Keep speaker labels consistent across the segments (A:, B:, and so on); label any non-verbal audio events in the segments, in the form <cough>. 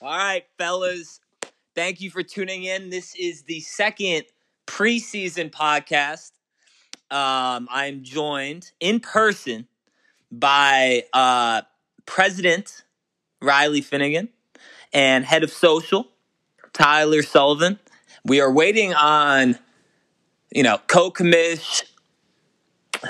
A: All right, fellas. Thank you for tuning in. This is the second preseason podcast. Um, I'm joined in person by uh, President Riley Finnegan and Head of Social Tyler Sullivan. We are waiting on, you know, co-commish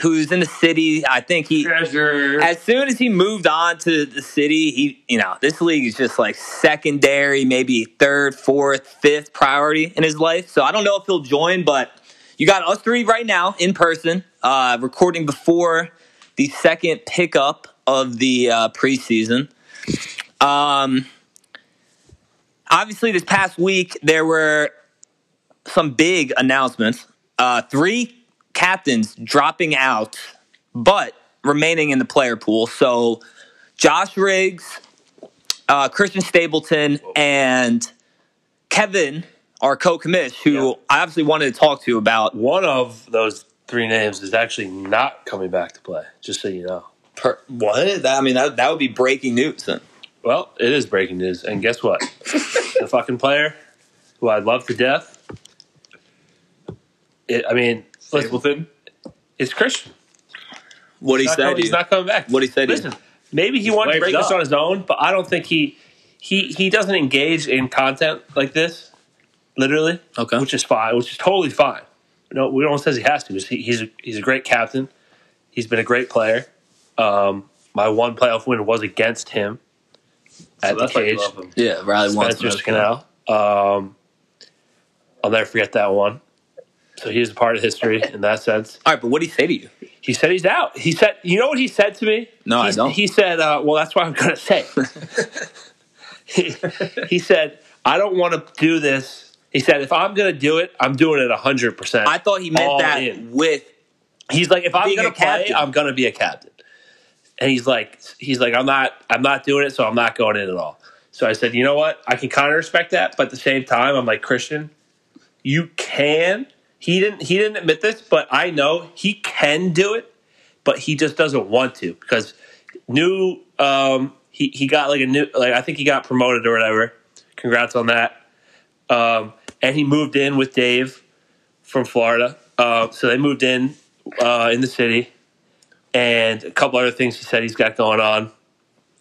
A: who's in the city. I think he
B: Treasure.
A: as soon as he moved on to the city, he you know this league is just like secondary, maybe third, fourth, fifth priority in his life. So I don't know if he'll join, but you got us three right now in person, uh, recording before the second pickup of the uh, preseason. Um, obviously, this past week there were some big announcements. Uh, three captains dropping out, but remaining in the player pool. So Josh Riggs, uh, Christian Stapleton, and Kevin, our co-commish, who
B: Yeah.
A: I obviously wanted to talk to about
B: One of those three names is actually not coming back to play, just so you know.
A: Per- what? That, I mean, that, that would be breaking news. Then.
B: Well, it is breaking news. And guess what? the fucking player who I love to death. It, I mean, listen,
C: Stapleton.
B: it's Christian.
A: What he
B: He's not,
A: said?
B: coming, he's not coming back.
A: What he said is-
B: Listen, maybe he wanted to
C: waved
B: break this
C: up.
B: on his own, but I don't think he he he doesn't engage in content like this. Literally,
A: Okay.
B: which is fine, which is totally fine. No, we don't says he has to. He- He's a, he's a great captain. He's been a great player. Um, my one playoff win was against him at the
C: that's why you
B: cage.
C: love him.
A: yeah, Riley wants
B: Spencer Canal. Um, I'll never forget that one. So he's a part of history in that sense.
A: All right, but what did he say to you?
B: He said he's out. He said, you know what he said to me?
A: No,
B: he,
A: I don't.
B: He said, uh, well, that's what I'm going to say. he, he said, I don't want to do this. He said, if I'm going to do it, I'm doing it 100%.
A: I thought he meant
B: All
A: that
B: in.
A: with
B: he's like, if I'm
A: being
B: going
A: a
B: to play,
A: captain.
B: I'm going to be a captain. And he's like, he's like, I'm not, I'm not doing it, so I'm not going in at all. So I said, you know what? I can kind of respect that, but at the same time, I'm like Christian, you can. He didn't, he didn't admit this, but I know he can do it, but he just doesn't want to because new, um, he he got like a new, like I think he got promoted or whatever. Congrats on that. Um, and he moved in with Dave from Florida, uh, so they moved in uh, in the city, and a couple other things he said he's got going on.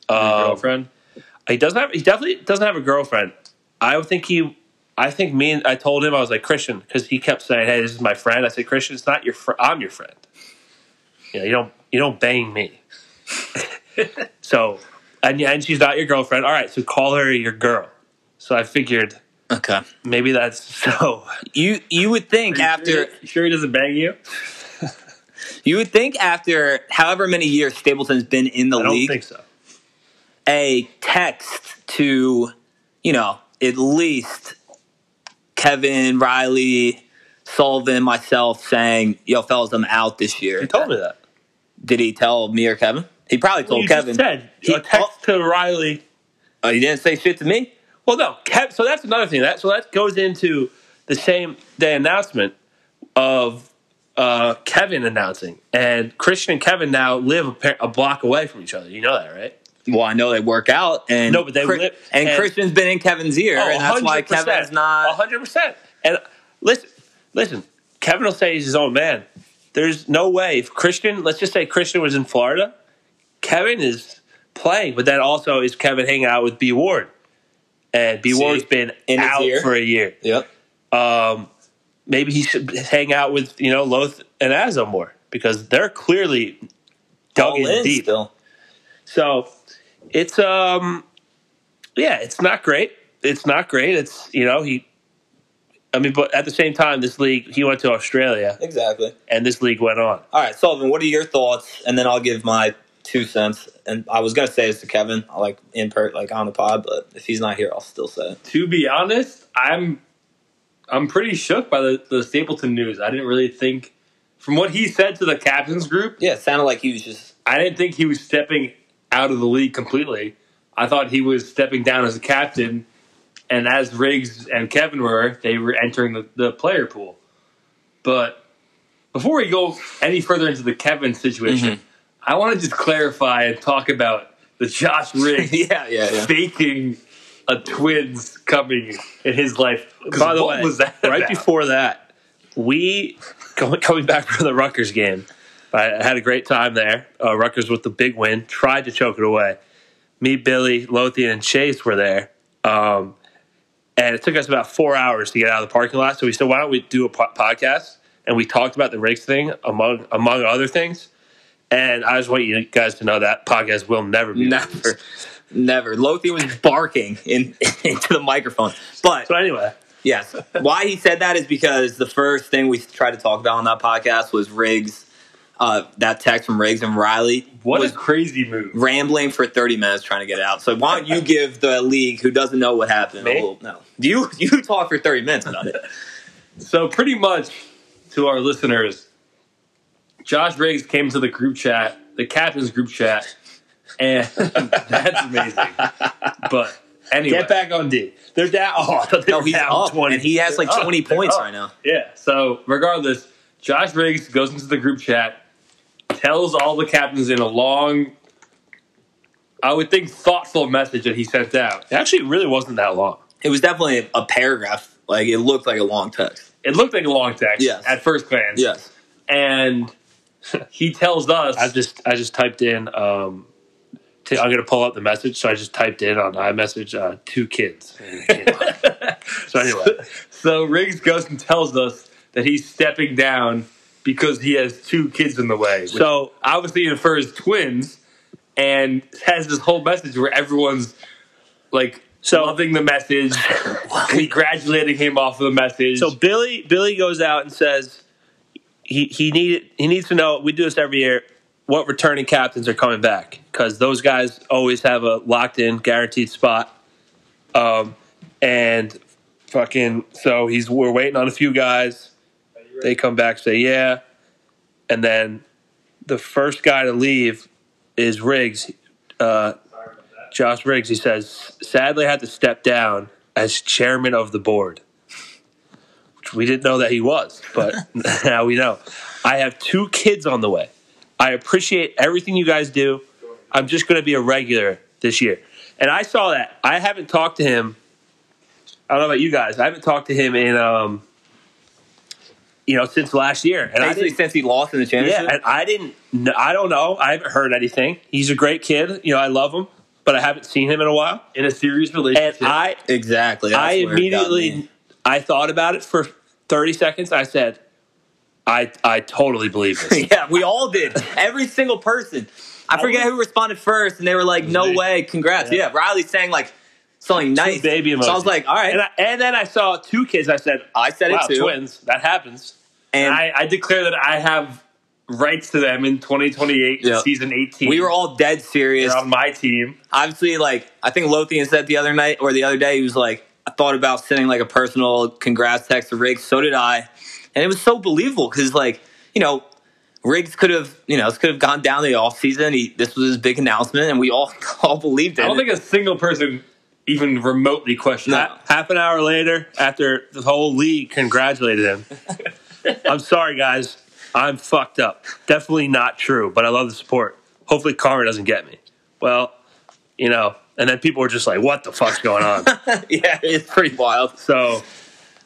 B: Um,
C: girlfriend.
B: he doesn't have. He definitely doesn't have a girlfriend. I would think he. I think me and I told him I was like Christian because he kept saying, "Hey, this is my friend." I said, "Christian, it's not your. Fr- I'm your friend. You know, you don't. You don't bang me." <laughs> so, and and she's not your girlfriend. All right, so call her your girl. So I figured
A: okay.
B: maybe that's <laughs> so.
A: You you would think after
C: You sure he doesn't bang you?
A: you would think after however many years Stapleton's been in the
B: I don't
A: league,
B: think so.
A: a text to you know at least Kevin Riley. Sullivan, myself, saying, "Yo, fellas, I'm out this year."
B: He told me that.
A: Did he tell me or Kevin? He probably told
B: you
A: Kevin.
B: just said
A: He-
B: a text to Riley.
A: Oh, he didn't say shit to me.
B: Well, no, Kev, so that's another thing. That so that goes into the same day announcement of uh, Kevin announcing, and Christian and Kevin now live a, par- a block away from each other. You know that, right?
A: Well, I know they work out, and
B: No, but they
A: Chri-
B: lip-
A: and,
B: and- Oh,
A: Christian's been in Kevin's ear, and that's why Kevin's not.
B: hundred percent. And listen, listen, Kevin will say he's his own man. There's no way if Christian, let's just say Christian was in Florida, Kevin is playing, but then also is Kevin hanging out with B Ward, and B
A: See,
B: Ward's been
A: in his
B: out
A: ear.
B: for a year.
A: Yep.
B: um, maybe he should hang out with you know Loth and Azza more because they're clearly dug
A: All
B: in,
A: in
B: deep.
A: still.
B: So it's um, yeah, it's not great. It's not great. It's you know he. I mean, but at the same time, this league he went to Australia
A: Exactly.
B: and this league went on.
A: All right, Sullivan, what are your thoughts? And then I'll give my two cents. And I was gonna say this to Kevin, like in per like on the pod, but if he's not here, I'll still say it.
D: To be honest, I'm I'm pretty shook by the, the Stapleton news. I didn't really think from what he said to the captains group,
A: Yeah, it sounded like he was just
D: I didn't think he was stepping out of the league completely. I thought he was stepping down as a captain, and as Riggs and Kevin were, they were entering the, the player pool. But before we go any further into the Kevin situation, I want to just clarify and talk about the Josh Riggs
A: <laughs>
D: <laughs>
A: yeah, yeah, yeah.
D: faking a twins coming in his life. By the
B: what
D: way, was that
B: right
D: about?
B: before that, we going, coming back from the Rutgers game. I had a great time there. Uh, Rutgers with the big win, tried to choke it away. Me, Billy, Lothian, and Chase were there, um, and it took us about four hours to get out of the parking lot. So we said, "Why don't we do a po- podcast?" And we talked about the Riggs thing among among other things. And I just want you guys to know that podcast will never be.
A: Never. Never. Lothi was barking in <laughs> into the microphone. But
B: So anyway,
A: Yes. Why he said that is because the first thing we tried to talk about on that podcast was Riggs, uh, that text from Riggs and Riley
D: What
A: was
D: a crazy move.
A: rambling for 30 minutes trying to get it out. So why don't you give the league who doesn't know what happened
B: Me?
A: a little, no. You, you talk for 30 minutes about it.
D: So pretty much to our listeners, Josh Riggs came to the group chat, the captain's group chat, and <laughs> that's amazing. But anyway,
B: get back on D. They're down. <laughs> Oh, I thought they
A: No,
B: were
A: he's
B: down
A: up.
B: 20.
A: And he has like
B: They're up.
A: 20
B: They're
A: points
B: up.
A: right now.
D: yeah. So regardless, Josh Riggs goes into the group chat, tells all the captains in a long, I would think, thoughtful message that he sent out.
B: It actually really wasn't that long.
A: It was definitely a, paragraph. Like it looked like a long text.
D: It looked like a long text
A: Yes.
D: at first glance.
A: Yes.
D: And he tells us
B: I just I just typed in. Um, t- I'm gonna pull up the message. So I just typed in on iMessage uh, two kids. <laughs> so anyway,
D: So Riggs goes and tells us that he's stepping down because he has two kids in the way. which
B: so
D: obviously infers twins, and has this whole message where everyone's like
B: So-
D: loving the
B: <laughs>
D: message, congratulating him off of the message.
B: so Billy Billy goes out and says he he needed he needs to know. We do this every year. What returning captains are coming back because those guys always have a locked in guaranteed spot. Um, and fucking so he's we're waiting on a few guys. They come back say yeah, and then the first guy to leave is Riggs, uh, Josh Riggs. He says, sadly, I had to step down as chairman of the board, which we didn't know that he was, but now we know. I have two kids on the way. I appreciate everything you guys do. I'm just going to be a regular this year. And I saw that. I haven't talked to him. I don't know about you guys. I haven't talked to him in, um, you know, since last year. And I
A: Basically,
B: didn't-
A: since he lost in the championship.
B: yeah, and I didn't. kn- I don't know. I haven't heard anything. He's a great kid. You know, I love him, but I haven't seen him in a while.
D: in a serious
B: And
D: relationship,
B: I,
A: Exactly. That's
B: I
A: where it got me.
B: immediately, I thought about it for thirty seconds. I said, I, I totally believe this.
A: <laughs> yeah, we all did. Every single person. I forget who responded first, and they were like, "No
B: me.
A: way, congrats!" Yeah, Riley saying like something nice.
B: baby
A: so I was
B: emojis.
A: like, "All right."
B: and, I, and then I saw two kids. I said,
A: I said
B: "Wow,
A: it too.
B: twins. That happens."
A: And
D: I, I declare that I have rights to them in 2028
A: Yeah.
D: season 18.
A: we were all dead serious.
D: They're on my team.
A: Obviously, like I think Lothian said the other night or the other day, he was like, "I thought about sending like a personal congrats text to Riggs." So did I, and it was so believable because like you know. Riggs could have, you know, this could have gone down the offseason. He, this was his big announcement, and we all <laughs> all believed it.
D: I don't think a single person even remotely questioned
A: No.
D: that.
B: Half an hour later, after the whole league
A: <laughs>
B: congratulated him, I'm sorry, guys. I'm fucked up. Definitely not true, but I love the support. Hopefully, karma doesn't get me. Well, you know, and then people were just like, what the fuck's
A: <laughs>
B: going on?
A: <laughs> yeah, it's pretty wild.
B: so,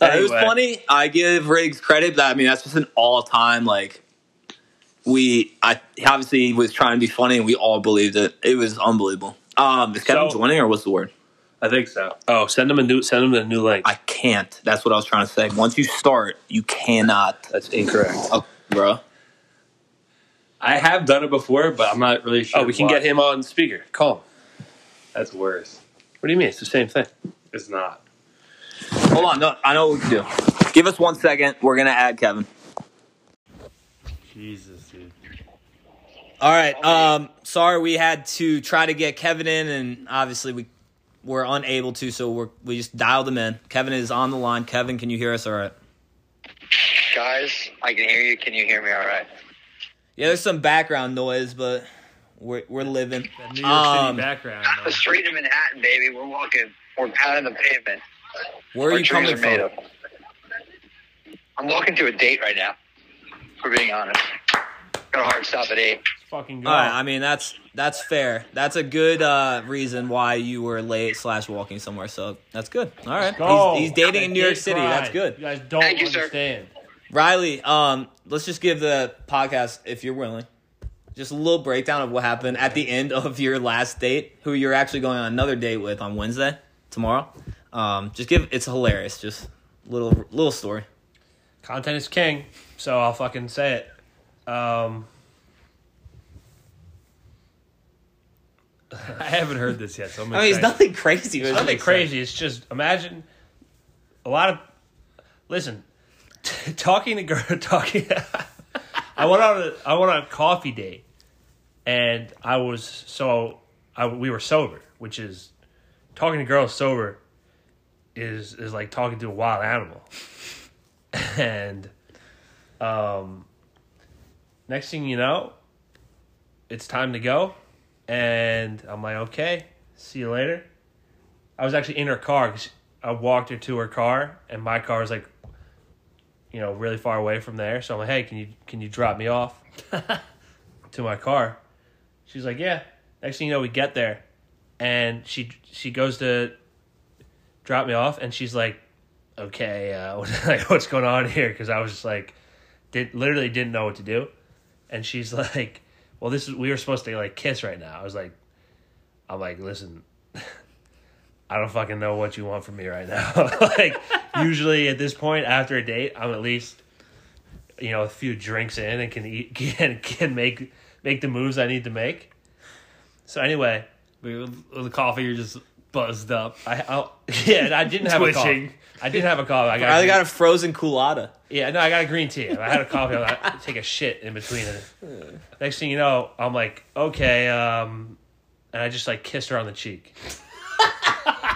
A: Uh, It was
B: Anyway.
A: funny. I give Riggs credit. That I mean, that's just an all-time like. We, I he obviously was trying to be funny, and we all believed it. It was unbelievable. Um, is Kevin
B: So-
A: joining or what's the word?
D: I think so.
B: oh, send them a new send them a new link.
A: I can't. That's what I was trying to say. Once you start, you cannot,
B: That's incorrect.
A: oh, bro.
D: I have done it before, but I'm not really sure.
B: Oh, we can
D: why.
B: get him on speaker. Call him.
D: That's worse.
B: What do you mean? It's the same thing.
D: It's not.
A: Hold on. No, I know what we can do. Give us one second. We're gonna add Kevin.
D: Jesus, dude.
A: All right. Um, sorry we had to try to get Kevin in, and obviously we were unable to, so we're, we just dialed him in. Kevin is on the line. Kevin, can you hear us all right?
E: Guys, I can hear you. Can you hear me all right?
A: Yeah, there's some background noise, but we're, we're living.
B: That New York
A: Um,
B: City background.
E: Not the
B: though.
E: street of Manhattan, baby. We're walking. We're pounding the pavement.
A: Where are
E: Our
A: you
E: trees
A: coming
E: made
A: from?
E: of. I'm walking to a date right now. For being honest, got a hard stop at eight.
B: Fucking go.
A: All right. I mean, that's that's fair. That's a good uh, reason why you were late slash walking somewhere. So that's good. All right.
B: Go.
A: He's, he's dating in New York
B: Date
A: City.
B: pride.
A: That's good.
B: You guys don't
E: Thank you, sir.
B: understand.
A: Riley, um, let's just give the podcast, if you're willing, just a little breakdown of what happened at the end of your last date, who you're actually going on another date with on Wednesday, tomorrow. Um, just give it's hilarious. Just little little story.
B: Content is king, so I'll fucking say it. Um, <laughs> I haven't heard this yet, so I'm
A: I mean, it's
B: excited.
A: nothing crazy.
B: It's nothing crazy. It's just imagine a lot of. Listen, <laughs> t- talking to girl, <laughs> talking. I went on. A, I went on a coffee date, and I was so. I, we were sober, which is talking to girls sober is is like talking to a wild animal. <laughs> and um, next thing you know, it's time to go, and I'm like, okay, see you later. I was actually in her car 'cause I walked her to her car, and my car was like, you know, really far away from there. So I'm like, hey, can you can you drop me off to my car? She's like, yeah. Next thing you know, we get there, and she she goes to drop me off, and she's like, okay, uh, <laughs> what- like what's going on here? Because I was just like, did literally didn't know what to do, and she's <laughs> like, well, this is we were supposed to like kiss right now. I was like, I'm like, listen. I don't fucking know what you want from me right now. <laughs> like usually at this point after a date, I'm at least you know a few drinks in and can eat <laughs> can can make make the moves I need to make. So anyway,
F: We, with the coffee, you're just buzzed up.
B: I I'll, yeah, and I didn't have a coffee.
F: Twitching.
B: I didn't have a coffee. I got,
A: Riley got a frozen culotta.
B: yeah, no, I got a green tea. I had a coffee. I had to take a shit in between it. Next thing you know, I'm like, okay, um, and I just like kissed her on the cheek.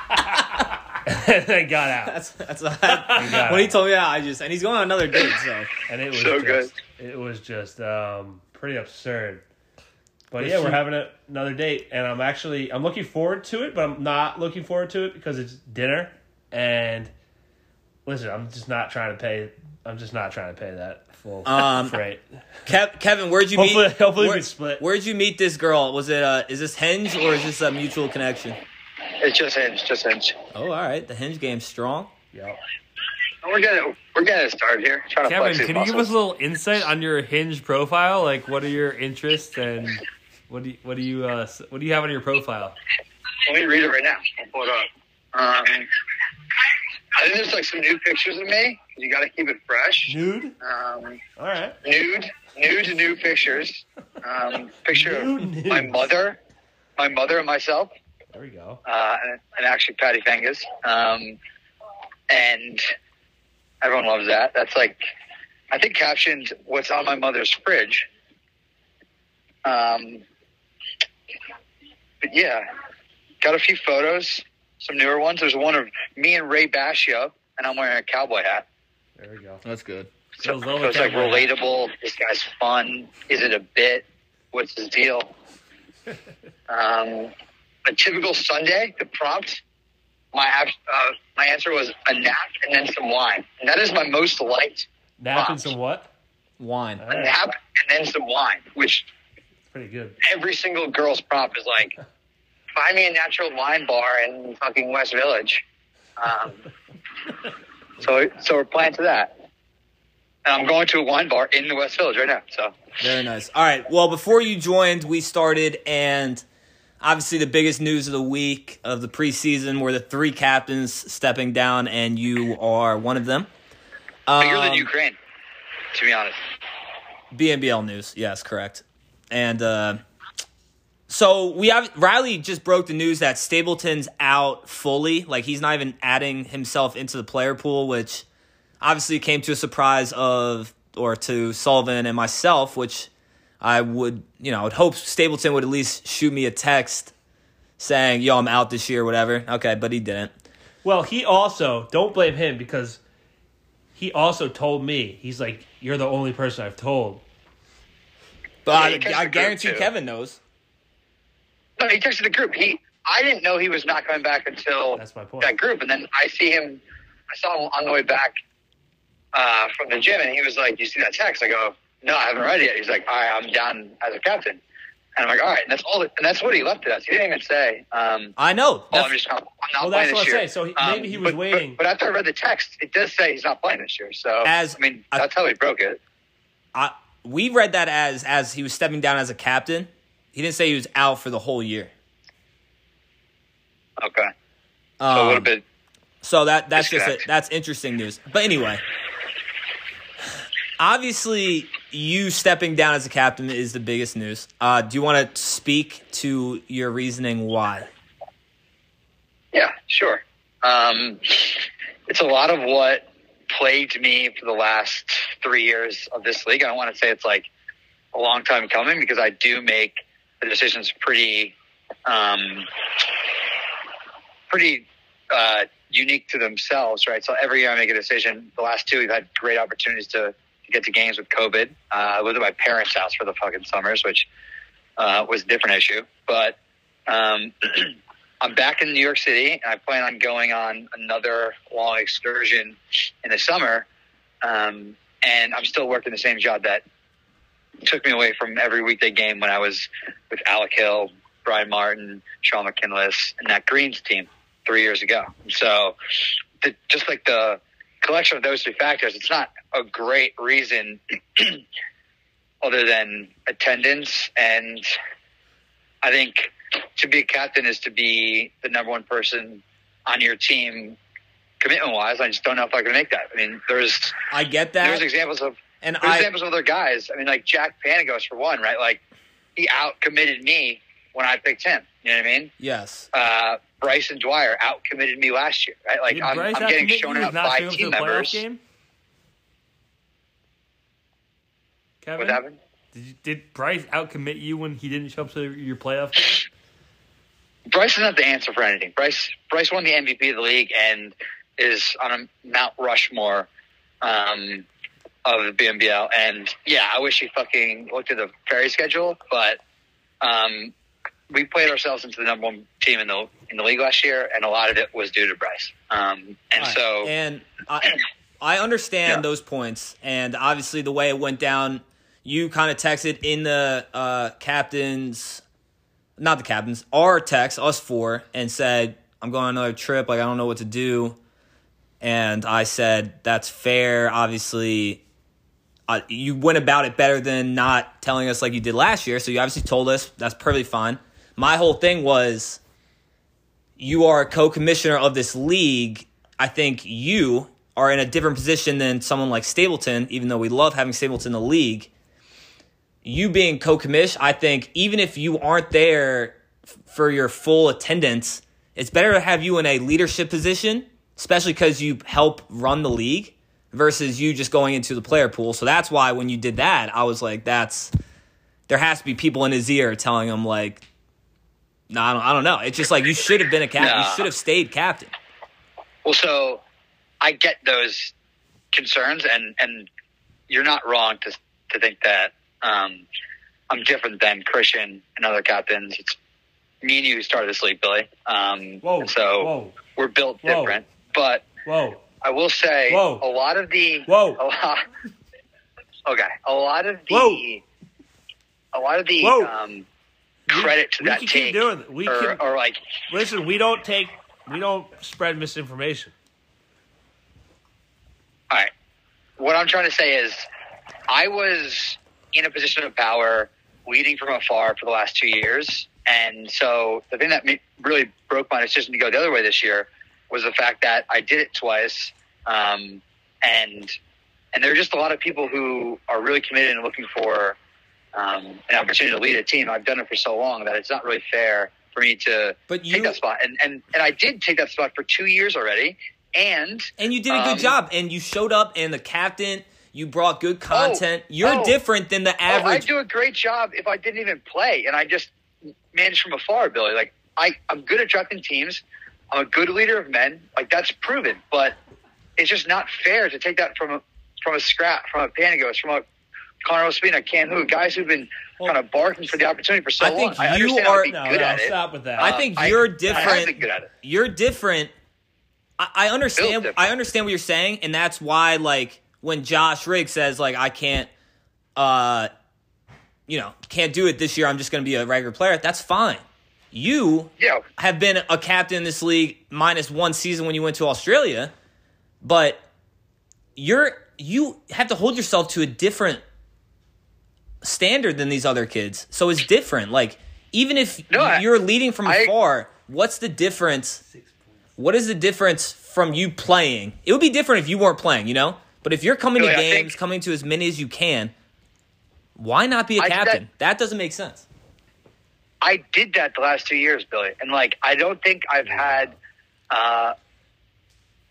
B: <laughs> and I got out.
A: That's that's <laughs> what, when he told me that. I just and he's going on another date. So
B: and it was
E: So
B: just, It was just um, pretty absurd. But yeah, we're having a, another date, and I'm actually I'm looking forward to it, but I'm not looking forward to it because it's dinner. And listen, I'm just not trying to pay. I'm just not trying to pay that full
A: Um,
B: freight.
A: Kev, Kevin, where'd you
B: Hopefully-
A: meet?
B: hopefully we
A: where-
B: split.
A: Where'd you meet this girl? Was it uh, is this Hinge or is this a mutual connection?
E: It's just inch, just inch.
A: Oh, all right. The Hinge game's strong.
B: Yep.
E: We're gonna we're gonna start here. Trying to
F: Kevin,
E: flex these
F: can you give us
E: muscles.
F: a little insight on your Hinge profile? Like, what are your interests and what do you, what do you uh, s- what do you have on your profile?
E: Let me read it right now. I'll pull it up. Um, I think there's like some new pictures of me. You got to keep it fresh.
B: Nude.
E: Um,
B: All right.
E: nude, nude, new pictures. Um, picture of my mother, my mother and myself,
B: There we go.
E: uh, and, and actually Patty Fingers. Um, and everyone loves that. That's like, I think captioned what's on my mother's fridge. Um, but yeah, got a few photos, some newer ones. There's one of me and Ray Bashio, and I'm wearing a cowboy hat.
B: There we go.
A: That's good.
E: So,
F: Those little
E: so it's like
F: cowboy hats.
E: relatable. This guy's fun. Is it a bit? What's his deal? um, a typical Sunday. The prompt. My ab- uh, my answer was a nap and then some wine. And that is my most liked.
B: Nap and
E: Props.
B: some what?
A: Wine.
B: All
E: A
B: right.
E: nap and then some wine, which
B: It's pretty good.
E: every single girl's prompt is like, find me a natural wine bar in fucking West Village. Um, so so we're playing to that. And I'm going to a wine bar in the West Village right now. So.
A: Very nice. All right. Well, before you joined, we started, and obviously the biggest news of the week of the preseason were the three captains stepping down, and you are one of them.
E: Bigger than
A: Um,
E: Ukraine, to be honest.
A: BNBL news. Yes, correct. And uh, so we have Riley just broke the news that Stapleton's out fully. Like he's not even adding himself into the player pool, which obviously came to a surprise of or to Sullivan and myself, which I would, you know, I would hope Stapleton would at least shoot me a text saying, "Yo, I'm out this year," whatever. Okay, but he didn't.
B: Well, he also don't blame him because he also told me he's like you're the only person I've told.
E: Yeah,
A: But
E: he catches
A: I, I
E: the group,
A: guarantee
E: too.
A: Kevin knows.
E: No, he texted the group. He, I didn't know he was not coming back until
B: That's my point.
E: that group, and then I see him. I saw him on the way back uh, from the gym, and he was like, "You see that text?" I go, "No, I haven't read it yet." He's like, "All right, I'm down as a captain," and I'm like, "All right." And that's all. And that's what he left it as. He didn't even say. Um,
A: I know.
E: Oh,
A: That's-
E: I'm just not, I'm not
B: Well,
E: playing
B: that's
E: this
B: what I
E: year. Um,
B: say. So he- maybe he was
E: but- but-
B: waiting.
E: But, after I read the text, it does say he's not playing this year. So
A: As-
E: I mean,
A: I-
E: that's how he broke it.
A: I, we read that as as he was stepping down as a captain. He didn't say he was out for the whole year.
E: Okay,
A: Um,
E: so a little bit.
A: So that that's just a,
E: Correct.
A: that's interesting news. But anyway, obviously, you stepping down as a captain is the biggest news. Uh, do you want to speak to your reasoning why?
E: Yeah, sure. Um, it's a lot of what plagued me for the last three years of this league. I don't want to say it's like a long time coming because I do make the decisions pretty, um, pretty uh, unique to themselves, right? So every year I make a decision. The last two, we've had great opportunities to, to get to games with COVID. Uh, I lived at my parents' house for the fucking summers, which uh, was a different issue, but. Um, <clears throat> I'm back in New York City, and I plan on going on another long excursion in the summer. Um, and I'm still working the same job that took me away from every weekday game when I was with Alec Hill, Brian Martin, Sean McKinless, and that Greens team three years ago. So, the, just like the collection of those three factors, it's not a great reason <clears throat> other than attendance. And I think to be a captain is to be the number one person on your team commitment wise. I just don't know if I can make that. I mean, there's
A: I get
E: there's
A: that,
E: examples of
A: and
E: there's
A: I
E: examples of other guys. I mean, like Jack Panagos for one, right? Like he out committed me when I picked him. You know what I mean?
A: yes,
E: Uh, Bryson Dwyer out committed me last year, right? Like
B: Did
E: I'm,
B: Bryce
E: I'm
B: not
E: getting
B: commit
E: shown
B: you with
E: out
B: not showing
E: by
B: up to
E: team
B: the playoff
E: members.
B: Game? Kevin,
E: What happened?
B: Did, you, did Bryce outcommit you when he didn't show up to your playoff game?
E: Bryce is not the answer for anything. Bryce Bryce won the MVP of the league and is on a Mount Rushmore um, of the BNBL. And yeah, I wish he fucking looked at the ferry schedule, but um, we played ourselves into the number one team in the in the league last year, and a lot of it was due to Bryce. Um,
A: All
E: and
A: right.
E: so
A: and I
E: <clears throat>
A: I understand
E: Yeah.
A: those points, and obviously the way it went down, you kind of texted in the uh, captain's, not the captain's, our text us four, and said I'm going on another trip, like I don't know what to do, and I said that's fair. Obviously, uh, you went about it better than not telling us like you did last year. So you obviously told us that's perfectly fine. My whole thing was you are a co-commissioner of this league. I think you are in a different position than someone like Stapleton, even though we love having Stapleton in the league. You being co-commish, I think even if you aren't there f- for your full attendance, it's better to have you in a leadership position, especially because you help run the league versus you just going into the player pool. So that's why when you did that, I was like, that's there has to be people in his ear telling him like, no, I don't, I don't know. It's just like you should have been a captain. You
E: Nah.
A: should have stayed captain.
E: Well, so I get those concerns, and and you're not wrong to to think that um, I'm different than Christian and other captains. It's me and you who started this league, Billy. Um,
B: Whoa!
E: and so
B: whoa!
E: we're built
B: Whoa.
E: different. But
B: Whoa!
E: I will say,
B: Whoa.
E: a lot of the
B: Whoa.
E: a lot, okay, a lot of the a lot of the
B: Whoa.
E: um, credit to
B: we
E: that
B: can
E: take
B: keep doing it. We
E: or,
B: can
E: or like
B: listen. We don't take. We don't spread misinformation.
E: All right. What I'm trying to say is, I was in a position of power, leading from afar for the last two years, and so the thing that ma- really broke my decision to go the other way this year was the fact that I did it twice, um, and and there are just a lot of people who are really committed and looking for um, an opportunity to lead a team. I've done it for so long that it's not really fair for me to
A: But
E: take
A: you
E: that spot, and and and I did take that spot for two years already, and.
A: and you did a good
E: Um,
A: job, and you showed up, and the captain.
F: You brought good content. You're
E: oh,
F: different than the
E: Oh,
F: average.
E: I'd do a great job if I didn't even play and I just managed from afar, Billy. Like I, I'm good at drafting teams. I'm a good leader of men. Like that's proven, but it's just not fair to take that from a from a scrap, from a Panagos, from a Connor Ospina, Cam Who, guys who've been kind of barking for the opportunity for so
F: I think
E: long. I
F: you
E: understand
F: are-
E: I'd be
F: no,
E: good at it.
B: stop with that.
F: I
E: Uh,
F: think
E: I-
F: you're
E: I
F: different.
E: have been good at it.
F: you're different. I, I understand.
E: different.
F: I understand what you're saying, and that's why, like, when Josh Riggs says, like, I can't, uh, you know, can't do it this year. I'm just going to be a regular player. That's fine. You
E: Yeah,
F: have been a captain in this league minus one season when you went to Australia, but you're you have to hold yourself to a different standard than these other kids. So it's different. Like even if
E: No, I-
F: you're leading from
E: I-
F: afar, what's the difference? What is the difference from you playing? It would be different if you weren't playing, you know? But if you're coming to
E: Really, I
F: games,
E: think-
F: coming to as many as you can, why not be a
E: I- that-
F: captain? that doesn't make sense.
E: I did that the last two years, Billy, and like I don't think I've had, uh,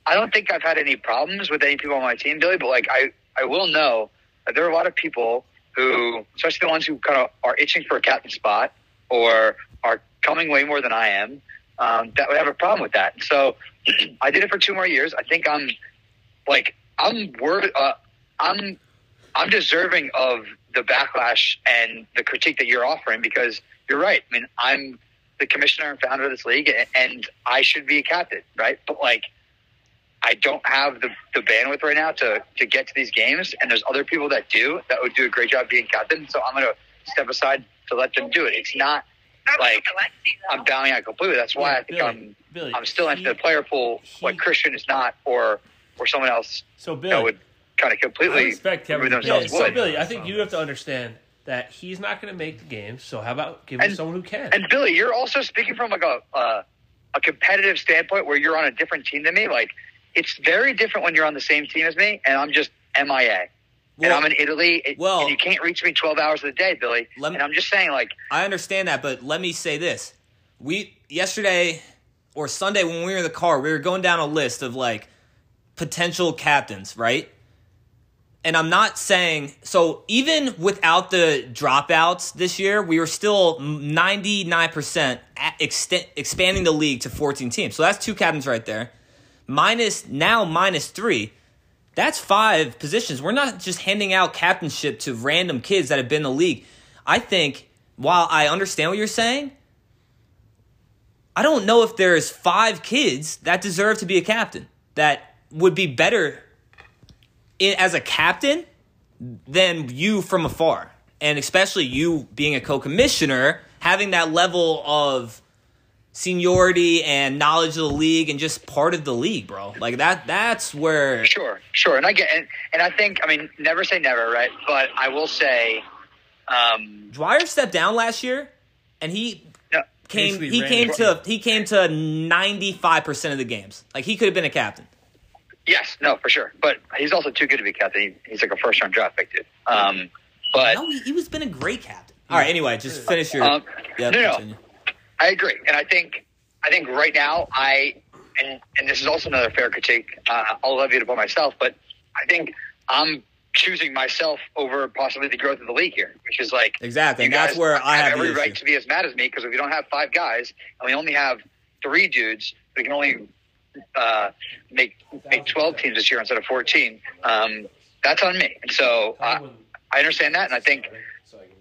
E: I don't think I've had any problems with any people on my team, Billy. But like I, I will know that there are a lot of people who, especially the ones who kind of are itching for a captain spot or are coming way more than I am, um, that would have a problem with that. So I did it for two more years. I think I'm like I'm worth, uh, I'm, I'm deserving of the backlash and the critique that you're offering because you're right. I mean, I'm the commissioner and founder of this league, and, and I should be a captain, right? But like, I don't have the, the bandwidth right now to to get to these games, and there's other people that do that would do a great job being captain. So I'm gonna step aside to let them do it. It's not like I'm bowing out completely. That's why I think I'm
B: Billy,
E: I'm still into
B: he-
E: the player pool, like
B: he-
E: Christian is not, or or someone else
B: So Billy,
E: that would kind of
B: I
E: completely
B: respect Kevin.
E: remove
B: Yeah,
E: themselves.
B: so
E: would.
B: Billy, I think you have to understand that he's not going to make the game. So how about give him
E: And-
B: someone who can?
E: And Billy, you're also speaking from like a uh, a competitive standpoint where you're on a different team than me. Like it's very different when you're on the same team as me, and I'm just MIA. and
F: Well-
E: I'm in Italy. It,
F: well-
E: and you can't reach me 12 hours of the day, Billy.
F: Let me-
E: and I'm just saying, like,
F: I understand that, but let me say this. We yesterday or Sunday when we were in the car, we were going down a list of like potential captains, right? And I'm not saying so even without the dropouts this year, we were still 99% at extent, expanding the league to 14 teams. So that's two captains right there. Minus now minus 3. That's five positions. We're not just handing out captainship to random kids that have been in the league. I think while I understand what you're saying, I don't know if there's five kids that deserve to be a captain that would be better i- as a captain than you from afar. And especially you being a co commissioner, having that level of seniority and knowledge of the league and just part of the league, bro. Like that that's where
E: Sure, sure, and I get, and, and I think, I mean, never say never, right? But I will say, um,
F: Dwyer stepped down last year, and he
E: no,
F: came.
B: Basically
F: He
B: ran
F: came
B: the
F: to he came to ninety five percent of the games. Like he could have been a captain.
E: yes, no, for sure. But he's also too good to be captain. He, he's like a first round draft pick, dude. Um, but
F: No, he, he was been a great captain. All right. Anyway, just finish your.
E: Um,
F: yeah,
E: no, no.
F: continue.
E: I agree, and I think I think right now I and and this is also another fair critique. Uh, I'll levy it upon myself, but I think I'm choosing myself over possibly the growth of the league here, which is like
F: Exactly, and that's where I have the
E: every
F: issue.
E: right to be as mad as me because if we don't have five guys and we only have three dudes, we can only uh, make make twelve teams this year instead of fourteen. Um, that's on me, and so I, I understand that, and I think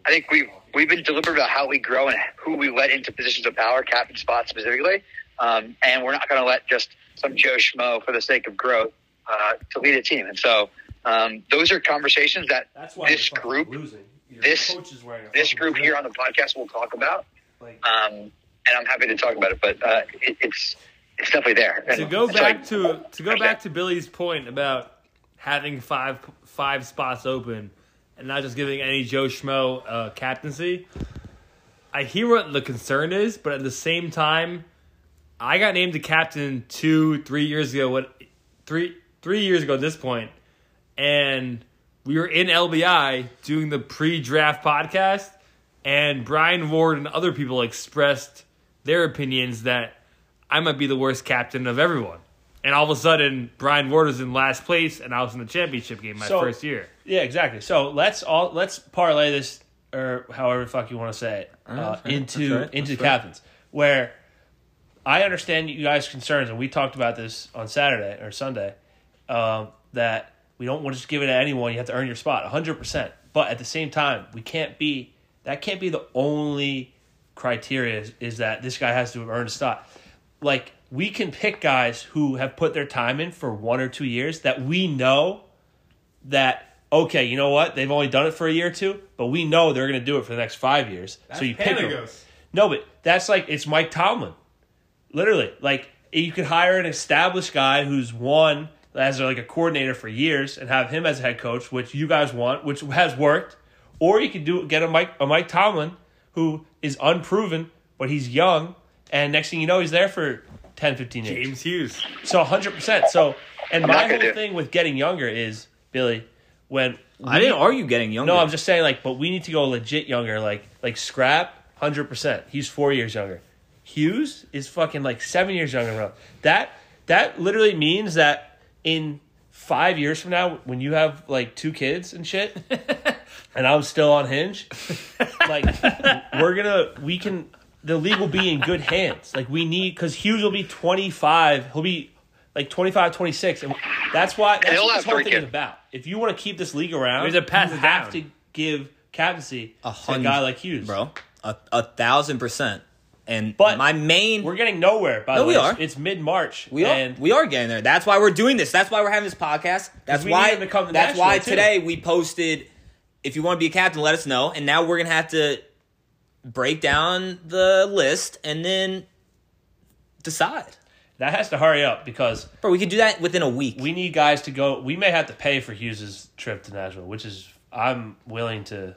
E: I think we've we've been deliberate about how we grow and who we let into positions of power, captain spots specifically, um, and we're not going to let just some Joe Schmo for the sake of growth uh, to lead a team. And so um, those are conversations that
B: That's why
E: this
B: you're fucking
E: group
B: losing. Your
E: this-
B: coach is wearing a
E: this
B: fucking
E: group
B: dress.
E: here on the podcast will talk about,
B: Like-
E: um, and I'm happy to talk about it. But uh, it, it's it's definitely there.
B: to
E: And
B: go
E: it's
B: back
E: like-
B: to to go back to Billy's point about having five five spots open and not just giving any Joe Schmo uh, captaincy. I hear what the concern is, but at the same time, I got named the captain two three years ago. What three three years ago at this point, and we were in LBI doing the pre-draft podcast, and Brian Ward and other people expressed their opinions that I might be the worst captain of everyone. And all of a sudden, Brian Ward was in last place, and I was in the championship game my
G: So-
B: first year. Yeah, exactly. So let's all let's parlay this, or however the fuck you want to say it, uh, into
H: right,
B: into the
H: that's right.
B: captains. Where I understand you guys' concerns, and we talked about this on Saturday or Sunday, um, that we don't want to just give it to anyone. You have to earn your spot, hundred percent. But at the same time, we can't be that can't be the only criteria is, is that this guy has to have earned a spot. Like we can pick guys who have put their time in for one or two years that we know that okay, you know what? They've only done it for a year or two, but we know they're going to do it for the next five years. so you pick them.
F: Panagos.
B: No, but that's like it's Mike Tomlin, literally. Like you could hire an established guy who's won as like a coordinator for years and have him as a head coach, which you guys want, which has worked, or you could do get a Mike a Mike Tomlin who is unproven, but he's young, and next thing you know, he's there for 10, 15 years.
F: James Hughes.
B: So 100%. So, and my
E: not
B: whole
E: gonna do-
B: thing with getting younger is, Billy, when.
A: I
B: we-
A: didn't argue getting younger.
B: No, I'm just saying, like, but we need to go legit younger. Like, like Scrap, 100%. He's four years younger. Hughes is fucking like seven years younger. Bro. That, that literally means that in five years from now, when you have like two kids and shit, and I'm still on Hinge, like, we're gonna, we can, the league will be in good hands. Like, we need, because Hughes will be 25. He'll be like 25, 26. And that's why, that's
E: he'll
B: what
E: have
B: this whole
E: three
B: thing is
E: kids.
B: about. If you want to keep this league around,
F: We have to pass
B: you
F: it
B: have
F: down.
B: to give captaincy
A: A
B: to a
A: hundred-
B: guy like Hughes,
A: bro. A, a thousand percent. And
B: But
A: my main
B: We're getting nowhere. By
A: No,
B: the way,
A: we
B: It's-
A: are.
B: It's mid March.
A: We are,
B: and
A: we are getting there. That's why we're doing this. That's why we're having this podcast. That's
B: we
A: why
B: need him to come to
A: that's
B: Nashville,
A: why
B: too.
A: today we posted if you want to be a captain, let us know. And now we're gonna have to break down the list and then decide.
B: that has to hurry up because
A: Bro, we could do that within a week.
B: we need guys to go. We may have to pay for Hughes's trip to Nashville, which is I'm willing to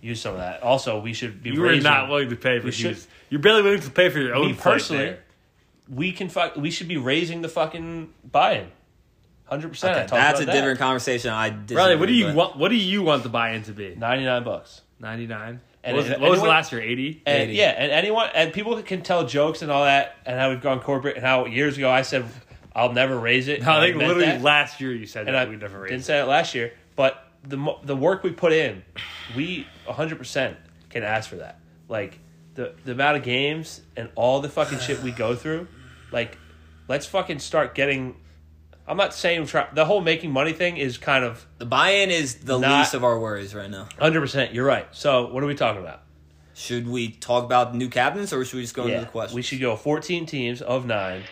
B: use some of that. Also, we should be
F: You were
B: raising,
F: not willing to pay for
B: We should-
F: Hughes. You're barely willing to pay for your own
B: me
F: flight
B: personally.
F: there.
B: We can fuck. We should be raising the fucking buy-in. Hundred percent.
A: Okay, that's a different conversation. I disagree,
F: Riley, what do you
A: but-
F: want? What do you want the buy-in to be?
B: Ninety-nine bucks.
F: Ninety nine.
B: And
F: What was,
B: if
F: what was
B: anyone-
F: the last year? Eighty.
B: And
A: 80.
B: yeah, and anyone and people can tell jokes and all that, and how we've gone corporate, and how years ago I said I'll never raise it.
F: No, I think
B: meant
F: literally
B: that,
F: last year you said
B: and
F: that
B: I
F: we never
B: didn't
F: raised.
B: say it last year. But the mo- the work we put in, we 100 percent can ask for that. Like the the amount of games and all the fucking shit we go through, like let's fucking start getting. I'm not saying try, the whole making money thing is kind of
A: The buy-in is the
B: Not-
A: least of our worries right now.
B: 100. percent You're right. So what are we talking about?
A: Should we talk about new captains or should we just go into the question?
B: we should go 14 teams of nine.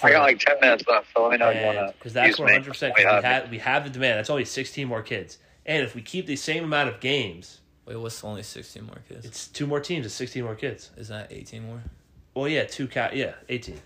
E: I got like 10 minutes left, so let me know if you want to.
B: because that's where 100 percent we have we have the demand. That's only 16 more kids, and if we keep the same amount of games,
A: Wait, what's only sixteen more kids?
B: it's two more teams. It's 16 more kids.
A: Is that eighteen more?
B: Well, yeah, two count. Yeah, <laughs> 18.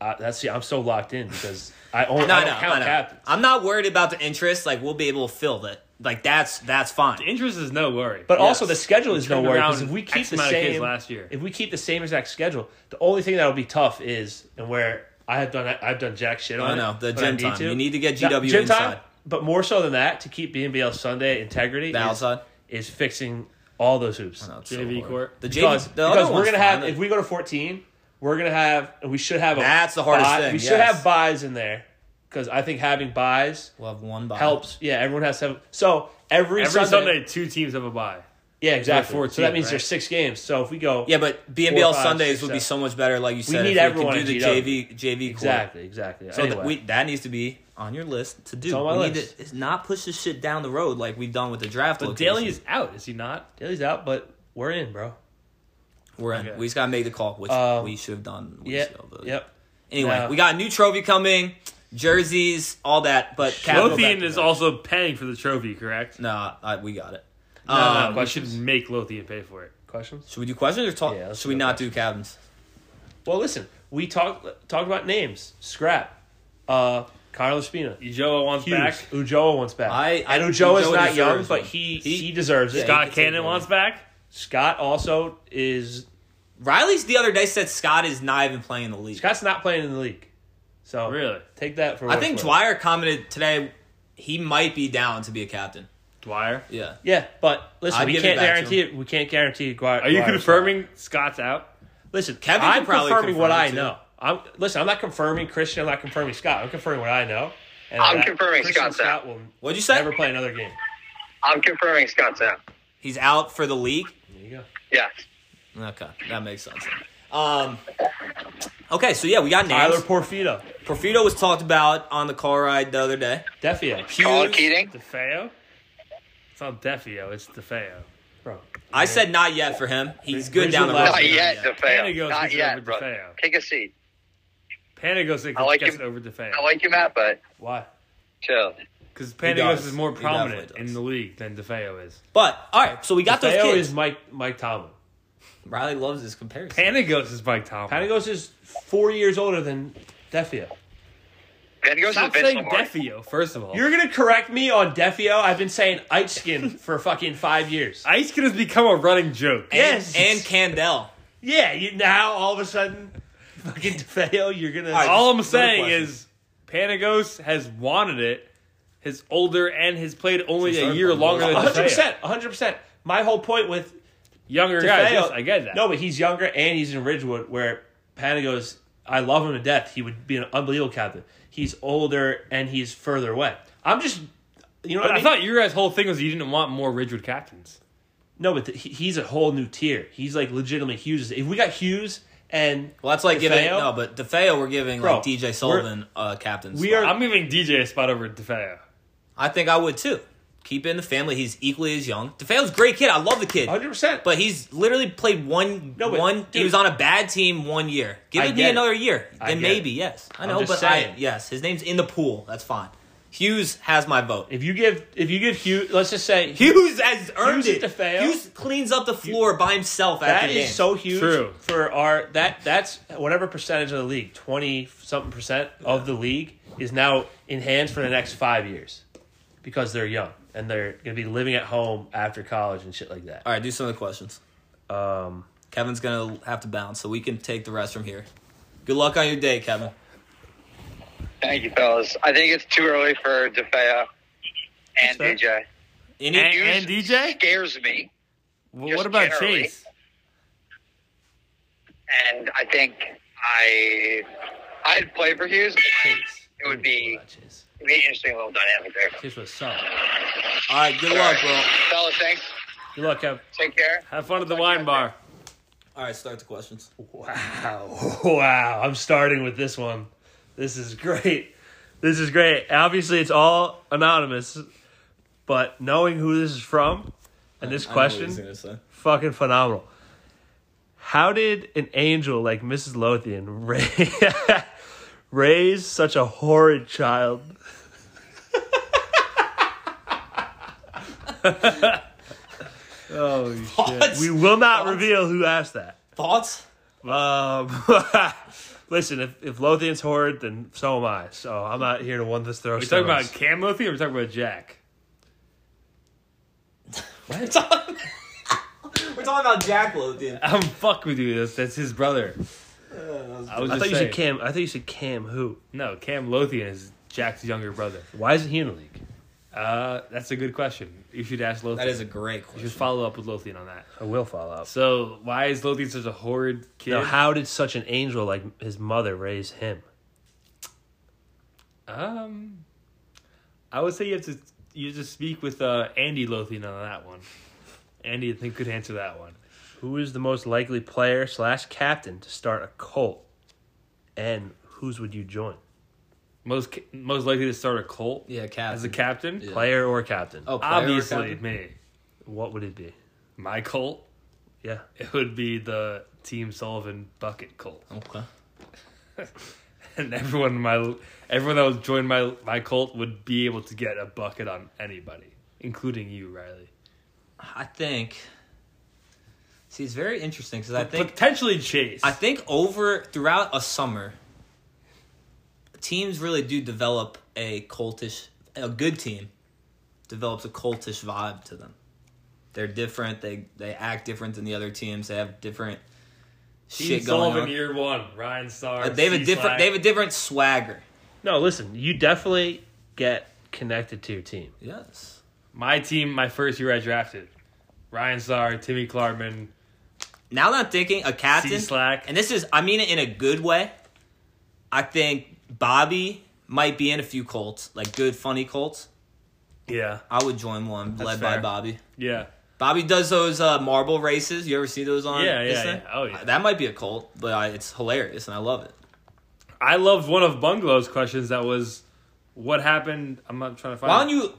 B: uh, that's see, I'm so locked in because I only
A: No,
B: I
A: no,
B: don't count
A: no.
B: captains.
A: I'm not worried about the interest. Like we'll be able to fill that. Like that's that's fine.
F: Interest is no worry.
B: But
A: Yes.
B: also the schedule
F: We
B: is no
F: turned
B: worry
F: around
B: because if we
F: X
B: keep the
F: amount of kids
B: same
F: last year.
B: if we keep the same exact schedule, the only thing that'll be tough is and where I have done I've done jack shit on
A: I
B: it,
A: know the
B: but I
A: gym
B: need
A: time.
B: to.
A: You need to get
B: Now,
A: GW
B: gym
A: inside.
B: time, but more so than that, to keep BNBL Sunday integrity,
A: The
B: is-
A: outside?
B: is fixing all those hoops.
A: No, it's
F: JV
A: hard.
F: court.
A: The JV,
B: Because,
A: the other
B: because we're
A: one's
B: gonna have
A: fine.
B: if we go to fourteen, we're gonna have and we should have a
A: That's the hardest
B: buy-
A: thing,
B: We should
A: yes.
B: have buys in there because I think having buys
A: we'll have one bye.
B: helps. Yeah, everyone has seven. So every,
F: Every Sunday, two teams have a bye.
B: yeah, exactly.
F: 14,
B: so that means
F: right?
B: there's six games. So if we go,
A: Yeah, but BNBL
B: Four, five,
A: Sundays
B: six,
A: would be
B: seven.
A: so much better. Like you said,
B: need
A: if
B: everyone
A: we
B: in
A: could do the
B: GW.
A: JV JV court.
B: exactly, exactly.
A: So
B: anyway,
A: that, we, that needs to be on your list to do.
B: on my
A: we
B: list.
A: need to not push this shit down the road like we've done with the draft.
F: But
A: location.
F: Daly is out, is he not?
B: Daly's out, but we're in, bro.
A: we're in.
F: Okay.
A: We just gotta make the call, which
B: Um,
A: we should have done. weeks
B: Yeah,
A: ago, but-
B: yep.
A: Anyway,
B: No.
A: we got a new trophy coming, jerseys, all that. But capital back
F: Lothian
A: to
F: is
A: back.
F: also paying for the trophy, correct?
A: Nah, I, we got it.
F: No,
A: Um,
F: no, we should make Lothian pay for it.
B: Questions?
A: Should we do questions or talk?
B: Yeah, let's
A: should we
B: do
A: not do captains?
B: Well, listen, we talked talked about names. Scrap, uh, Connor Lespina,
F: Ujoa wants
B: Hughes,
F: back.
B: Ujoa wants back.
A: I- I-
B: and Ujoa is
A: Ujoa
B: not
A: deserves
B: young,
A: one.
B: but he he,
A: He-
B: deserves it.
A: Yeah,
F: Scott
A: can take
F: Cannon
A: that.
F: wants back.
B: Scott also is
A: Riley's the other day said Scott is not even playing in the league.
B: Scott's not playing in the league. So
F: Really?
B: take that for. what
A: I
B: it's
A: think
B: worth.
A: Dwyer commented today he might be down to be a captain.
F: Dwyer.
A: Yeah.
B: Yeah, but listen,
A: I'd
B: we
A: give it
B: can't
A: back to
B: guarantee it. We can't guarantee. Dwyer,
F: Are you
B: Dwyer's
F: confirming Scott's out?
B: not. Listen,
A: Kevin
B: I'm
A: could probably
B: confirming what
A: confirm it,
B: I
A: too.
B: know. I'm listen. I'm not confirming Christian. I'm not confirming Scott. I'm confirming what I know.
F: And
E: I'm
F: that-
E: confirming
F: Christian
E: Scott's out.
F: Scott will
A: What'd you say?
F: never play another game.
E: I'm confirming Scott's out.
A: He's out for the league.
F: There you go.
E: Yes.
A: Okay, that makes sense. Um, okay, so yeah, we got names.
F: Tyler Porfido.
A: Porfido was talked about on the car ride the other day.
F: Defio.
E: Colin
A: Hughes-
E: Keating.
F: DeFeo? It's not Defio, it's DeFeo. Bro.
A: I said not yet for him. He's
F: Where's
A: good down the
F: your
A: road.
F: last
E: Not
F: name?
E: yet, DeFeo.
F: Panagos
E: Not
F: gets
E: yet,
F: over
E: brother.
F: DeFeo.
E: Take a seat.
F: Panagos gets
E: I like
F: gets
E: him.
F: over DeFeo.
E: I like you, Matt, but
F: Why?
E: chill.
F: Because
A: does.
F: Panagos is more
A: He definitely
F: prominent
A: does.
F: in the league than DeFeo is.
A: But all right, so we got those
F: DeFeo
A: kids.
F: is Mike Mike Tomlin.
A: Riley loves this comparison.
F: Panagos is Mike Tomlin.
B: Panagos is four years older than Defio.
E: Van Gogh's is
F: Stop
E: Vince
F: saying
E: Lombardi.
F: Defio, first of all.
B: You're gonna correct me on Defio. I've been saying Eichskin for fucking five years.
F: Ice Kid has become a running joke.
B: Yes.
A: and Candel.
B: Yeah, you now all of a sudden,
A: <laughs>
B: fucking Defeo, you're gonna.
A: right,
F: All I'm
A: Another
F: saying
A: question.
F: is Panagos has wanted it. His older and has played only a
I: started
F: year
I: playing
F: longer than
B: hundred
F: DeFeo.
B: percent, hundred percent. My whole point with
F: Younger guys, yes,
B: DeFeo,
F: I get that.
B: No, but he's younger and he's in Ridgewood, where Panagos, I love him to death. He would be an unbelievable captain. He's older and he's further away. I'm just, you know what
F: But
B: I
F: I
B: mean?
F: thought your guys' whole thing was you didn't want more Ridgewood captains.
B: no, but th- he, he's a whole new tier. He's like legitimately Hughes. If we got Hughes and
A: Well, that's like giving
B: DeFeo?
A: no, but DeFeo we're giving
B: Bro,
A: like DJ Sullivan uh, captain.
B: we
A: slot.
B: are
F: I'm giving DJ a spot over DeFeo.
A: I think I would too. Keep it in the family. He's equally as young. DeFeo's a great kid. I love the kid.
B: 100. percent
A: But he's literally played one.
B: No, but,
A: one. he
B: dude-
A: was on a bad team one year. Give
B: I
A: it
B: get
A: me
B: it.
A: another year,
B: I
A: then
B: get it.
A: maybe yes. I know,
B: just
A: but I,
B: saying.
A: yes, his name's in the pool. That's fine. Hughes has my vote.
B: If you give, if you give Hughes, let's just say
A: Hughes has earned
B: Hughes
A: it.
B: and DeFeo?
A: Hughes cleans up the floor by himself after
B: That
A: games.
B: is so huge
F: True.
B: for our that that's whatever percentage of the league, twenty something percent of the league is now enhanced for the next five years because they're young and they're gonna be living at home after college and shit like that.
A: All right, do some of the questions.
B: Um,
A: Kevin's gonna have to bounce, so we can take the rest from here. Good luck on your day, Kevin.
E: Thank you, fellas. I think it's too early for DeFeo and
F: That's
E: DJ.
A: Any
F: And,
E: Hughes
F: and DJ?
E: scares me,
F: Well,
E: Just
F: what about
E: generally.
F: Chase?
E: and I think I I'd play for Hughes. but
B: Chase.
E: It would be,
B: Chase.
E: it'd be an interesting little dynamic there.
B: Chase was solid.
A: All right, good luck, bro.
E: Fellas, thanks.
B: Good luck, Kev.
E: Take care.
F: Have fun at the wine bar.
A: All right, start the questions.
B: Wow. <laughs> Wow. I'm starting with this one. This is great. This is great. Obviously, it's all anonymous, but knowing who this is from and this
A: I know what he's
B: question,
A: gonna say.
B: fucking phenomenal. How did an angel like Mrs. Lothian ra- <laughs> raise such a horrid child? oh
A: <laughs>
B: shit!
A: Thoughts?
B: We will not reveal who asked that.
A: Thoughts?
B: Um, <laughs> listen, if, if Lothian's horrid, then so am I. So I'm not here to one this throw.
F: Are we talking about Cam Lothian or are we talking about Jack?
A: We're talking about Jack Lothian.
F: I'm fuck with you. That's, that's his brother. I was
B: Uh, I thought
F: just
B: you
F: saying.
B: said Cam. I thought you said Cam. Who?
F: No, Cam Lothian is Jack's younger brother.
B: Why isn't he in the league?
F: Uh, that's a good question. You should ask Lothian.
A: That is a great
F: You should
A: question.
F: follow up with Lothian on that.
B: I will follow up.
F: So why is Lothian such a horrid kid?
B: Now, how did such an angel like his mother raise him?
F: um, I would say you have to you have to speak with uh, Andy Lothian on that one. Andy, I think could answer that one.
B: Who is the most likely player slash captain to start a cult, and whose would you join,
F: Most ca- most likely to start a cult
A: Yeah, Cap.
F: as a captain.
A: Yeah.
B: player or captain?
A: Oh, player or
F: Obviously,
A: captain?
F: me.
B: What would it be?
F: My cult.
B: Yeah.
F: It would be the Team Sullivan bucket cult. <laughs>
A: Okay.
F: and everyone in my everyone that would join my my cult would be able to get a bucket on anybody, including you, Riley.
A: I think. See, it's very interesting because I think
F: Potentially Chase.
A: I think over throughout a summer, teams really do develop a cultish. A good team develops a cultish vibe to them. They're different. They they act different than the other teams. They have different
F: Team
A: shit
F: Sullivan
A: going on.
F: year one, Ryan Starr.
A: Uh, They have a
F: C.
A: different.
F: Slack.
A: They have a different swagger.
B: No, listen. You definitely get connected to your team.
A: Yes.
F: my team, my first year I drafted. Ryan Starr, Timmy Clarkman,
A: Now that I'm thinking, a captain.
F: C Slack.
A: and this is I mean it in a good way. I think Bobby might be in a few Colts, like good, funny Colts.
J: Yeah.
A: I would join one led by
J: fair.
A: Bobby.
J: Yeah.
A: Bobby does those uh, marble races. You ever see those on?
J: Yeah, yeah,
A: this thing?
J: yeah. Oh, yeah.
A: Uh, That might be a Colt, but I, it's hilarious and I love it.
J: I loved one of Bungalow's questions that was, what happened? I'm not trying to find
A: Why
J: it.
A: don't you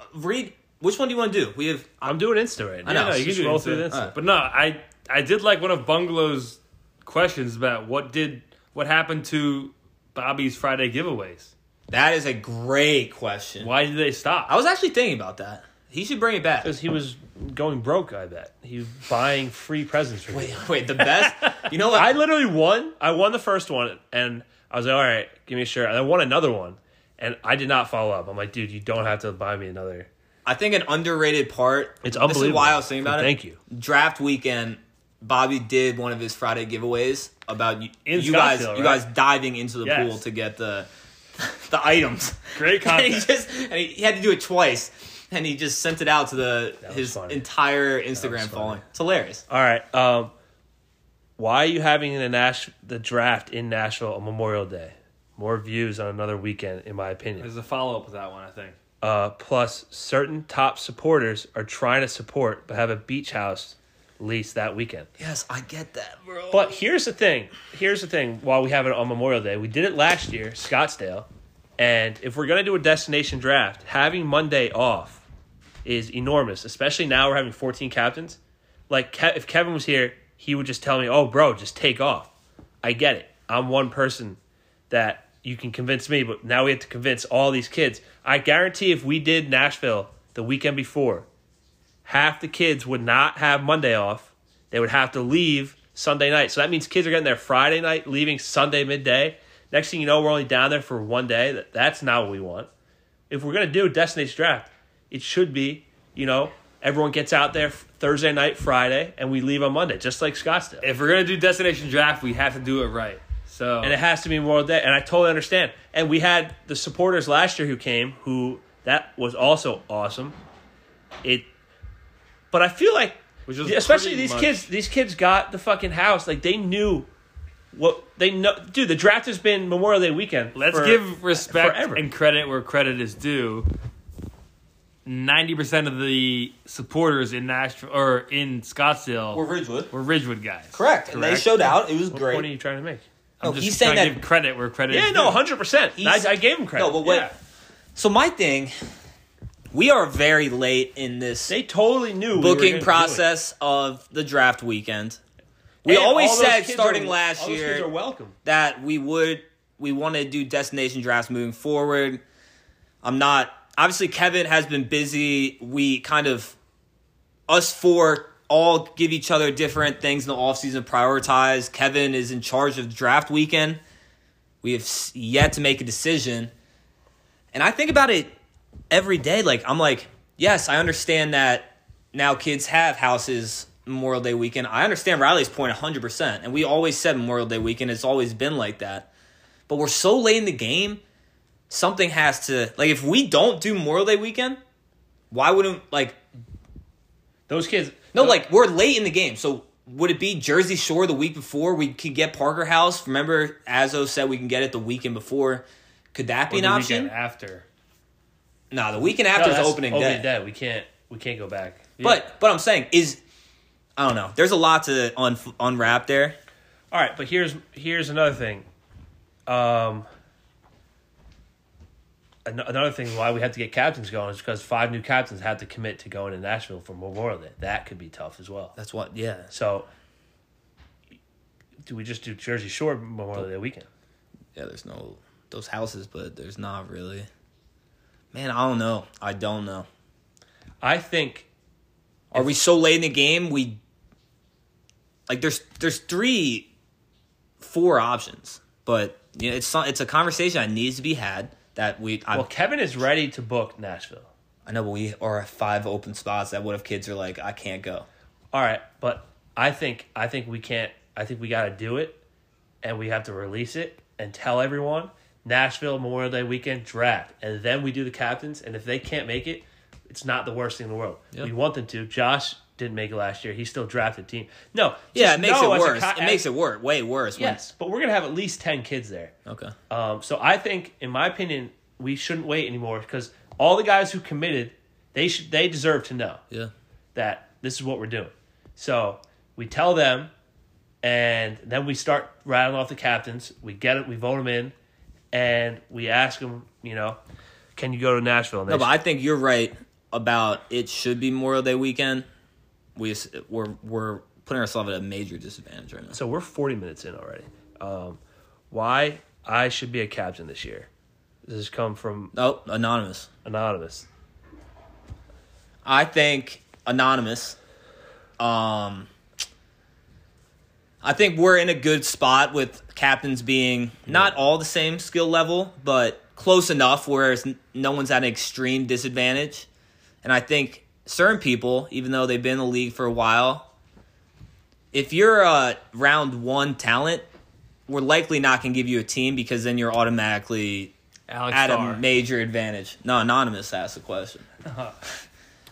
A: uh, read? Which one do you want to do? We have
B: I'm doing Insta right now.
A: I know.
J: Yeah, no, you
A: Just
J: can do
A: roll
J: roll through
A: through it.
J: this.
A: Alright.
J: But no, I I did like one of Bungalow's questions about what did what happened to Bobby's Friday giveaways.
A: that is a great question.
J: Why did they stop?
A: I was actually thinking about that. He should bring it back.
B: Because he was going broke, I bet. He was buying free presents for me.
A: <laughs> Wait, the best.
J: <laughs>
A: You know what?
B: I literally won. I won the first one, and I was like, all right, give me a shirt. And I won another one, and I did not follow up. I'm like, dude, you don't have to buy me another.
A: I think an underrated part.
B: It's unbelievable.
A: This is why I was thinking about
B: Thank
A: it. <laughs>
B: you.
A: Draft weekend, Bobby did one of his Friday giveaways about you,
J: In
A: you guys.
J: Scottsdale,
A: You
J: right?
A: guys diving into the
J: Yes.
A: pool to get the <laughs> the items. <laughs>
J: Great
A: and he
J: content.
A: just and he, he had to do it twice, and he just sent it out to the
B: was
A: his
B: funny.
A: entire Instagram following. It's hilarious.
B: All right. Um, why are you having the Nash the draft in Nashville on Memorial Day? More views on another weekend, in my opinion.
J: There's a follow up to that one, I think.
B: Uh, plus, certain top supporters are trying to support but have a beach house lease that weekend.
A: Yes, I get that, bro.
B: But here's the thing. Here's the thing. While we have it on Memorial Day, we did it last year, Scottsdale, and if we're gonna do a destination draft, having Monday off is enormous. Especially now we're having 14 captains. Like Ke- if Kevin was here, he would just tell me, "Oh, bro, just take off." I get it. I'm one person that you can convince me, but now we have to convince all these kids. I guarantee if we did Nashville the weekend before, half the kids would not have Monday off. They would have to leave Sunday night. So that means kids are getting there Friday night, leaving Sunday midday. Next thing you know, we're only down there for one day. That- That's not what we want. If we're going to do a destination draft, it should be, you know, everyone gets out there Thursday night, Friday, and we leave on Monday, just like Scottsdale.
J: If we're gonna do destination draft, we have to do it right. So
B: and it has to be Memorial Day. And I totally understand. And we had the supporters last year who came, who that was also awesome. It, but I feel like,
J: Which was
B: especially
J: pretty
B: these
J: much-
B: kids, these kids got the fucking house. Like they knew what they know. Dude, the draft has been Memorial Day weekend.
J: let's
B: for-
J: give respect
B: forever.
J: and credit where credit is due. Ninety percent of the supporters in Nashville or in Scottsdale
A: We're
J: were,
A: Ridgewood.
J: Ridgewood guys.
A: Correct. And they
J: Correct.
A: showed out. It was
B: What
A: great.
B: point are you trying to make?
A: no,
J: I'm just
A: he's saying
J: trying to
A: that.
J: give credit where credit
B: Yeah,
J: is
B: no,
J: due.
B: hundred percent. I,
A: He's-
B: I gave him credit.
A: no, but what?
B: Yeah.
A: So my thing. We are very late in this
B: They totally knew we were
A: booking
B: gonna do it.
A: process of the draft weekend. We
B: And
A: always
B: all those
A: said
B: kids
A: starting
B: are-
A: last
B: all those kids are
A: year
B: welcome.
A: that we would we want to do destination drafts moving forward. I'm not obviously Kevin has been busy. We kind of us four all give each other different things in the offseason prioritize. Kevin is in charge of draft weekend. We have s- yet to make a decision. And I think about it every day. Like, I'm like, yes, I understand that now kids have houses Memorial Day weekend. I understand Riley's point 100%. And we always said Memorial Day weekend. It's always been like that. But we're so late in the game, something has to, like, if we don't do Memorial Day weekend, why wouldn't, like,
B: Those kids.
A: no, like we're late in the game. So would it be Jersey Shore the week before we could get Parker House? Remember, Azo said we can get it the weekend before. Could that be an
J: the
A: option?
J: weekend after.
A: No, the weekend after is
B: that's
A: opening, day.
B: We can't we can't go back.
A: But but I'm saying is I don't know. There's a lot to un- unwrap there.
B: All right, but here's here's another thing. Um an- another thing why we have to get captains going is because five new captains had to commit to going to Nashville for Memorial Day. That could be tough as well.
A: That's what. Yeah.
B: So do we just do Jersey Shore Memorial Day weekend?
A: Yeah. There's no those houses, but there's not really. Man, I don't know. I don't know.
B: I think
A: Are we so late in the game? We like there's there's three, four options, but you know, it's some- it's a conversation that needs to be had. That we I,
B: well Kevin is ready to book Nashville.
A: I know, but we are at five open spots. That what if kids are like, I can't go?
B: All right, but I think I think we can't. I think we got to do it, and we have to release it and tell everyone Nashville Memorial Day weekend draft, and then we do the captains. And if they can't make it, it's not the worst thing in the world. We want them to. Josh didn't make it last year. He still drafted team. No,
A: Yeah,
B: just
A: it makes
B: know
A: it
B: as a
A: worse.
B: co-
A: it makes it worse, way worse. when-
B: Yes, but we're gonna have at least ten kids there.
A: okay.
B: Um, so I think, in my opinion, we shouldn't wait anymore because all the guys who committed, they should they deserve to know
A: Yeah.
B: that this is what we're doing. So we tell them, and then we start rattling off the captains. We get it. We vote them in, and we ask them, you know, can you go to Nashville? And they
A: No, but I think you're right about it should be Memorial Day weekend. We s- we're we're putting ourselves at a major disadvantage right now.
B: So we're 40 minutes in already. Um, why I should be a captain this year? This has come from
A: Oh, anonymous.
B: anonymous.
A: I think anonymous. Um, I think we're in a good spot with captains being not all the same skill level, but close enough where it's, no one's at an extreme disadvantage. And I think certain people, even though they've been in the league for a while, if you're a round one talent, we're likely not going to give you a team because then you're automatically
F: Alex
A: at
F: Starr.
A: a major advantage. No, anonymous asked the question.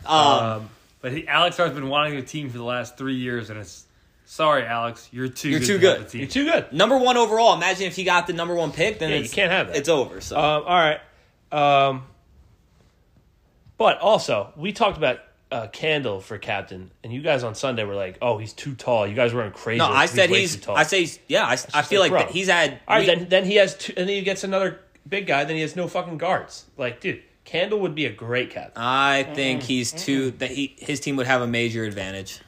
A: um,
F: but he, Alex Starr's been wanting a team for the last three years, and it's sorry, Alex, you're too
A: You're
F: good
A: too
F: to have
A: good.
F: a team.
B: You're too good.
A: Number one overall. Imagine if he got the number one pick, then
B: Yeah, you
A: it's,
B: can't have that.
A: it's over. So
B: Um, all right. Um, but also, we talked about uh, Candle for captain, and you guys on Sunday were like, "Oh, he's too tall." You guys were going crazy.
A: no, I said
B: way
A: he's.
B: too tall.
A: I say he's, yeah. I, I feel
B: like,
A: like,
B: bro.
A: that he's had.
B: All right,
A: we-
B: then then he has two, and then he gets another big guy. Then he has no fucking guards. Like, dude, Candle would be a great captain.
A: I think
K: Mm-hmm.
A: he's too that he his team would have a major advantage.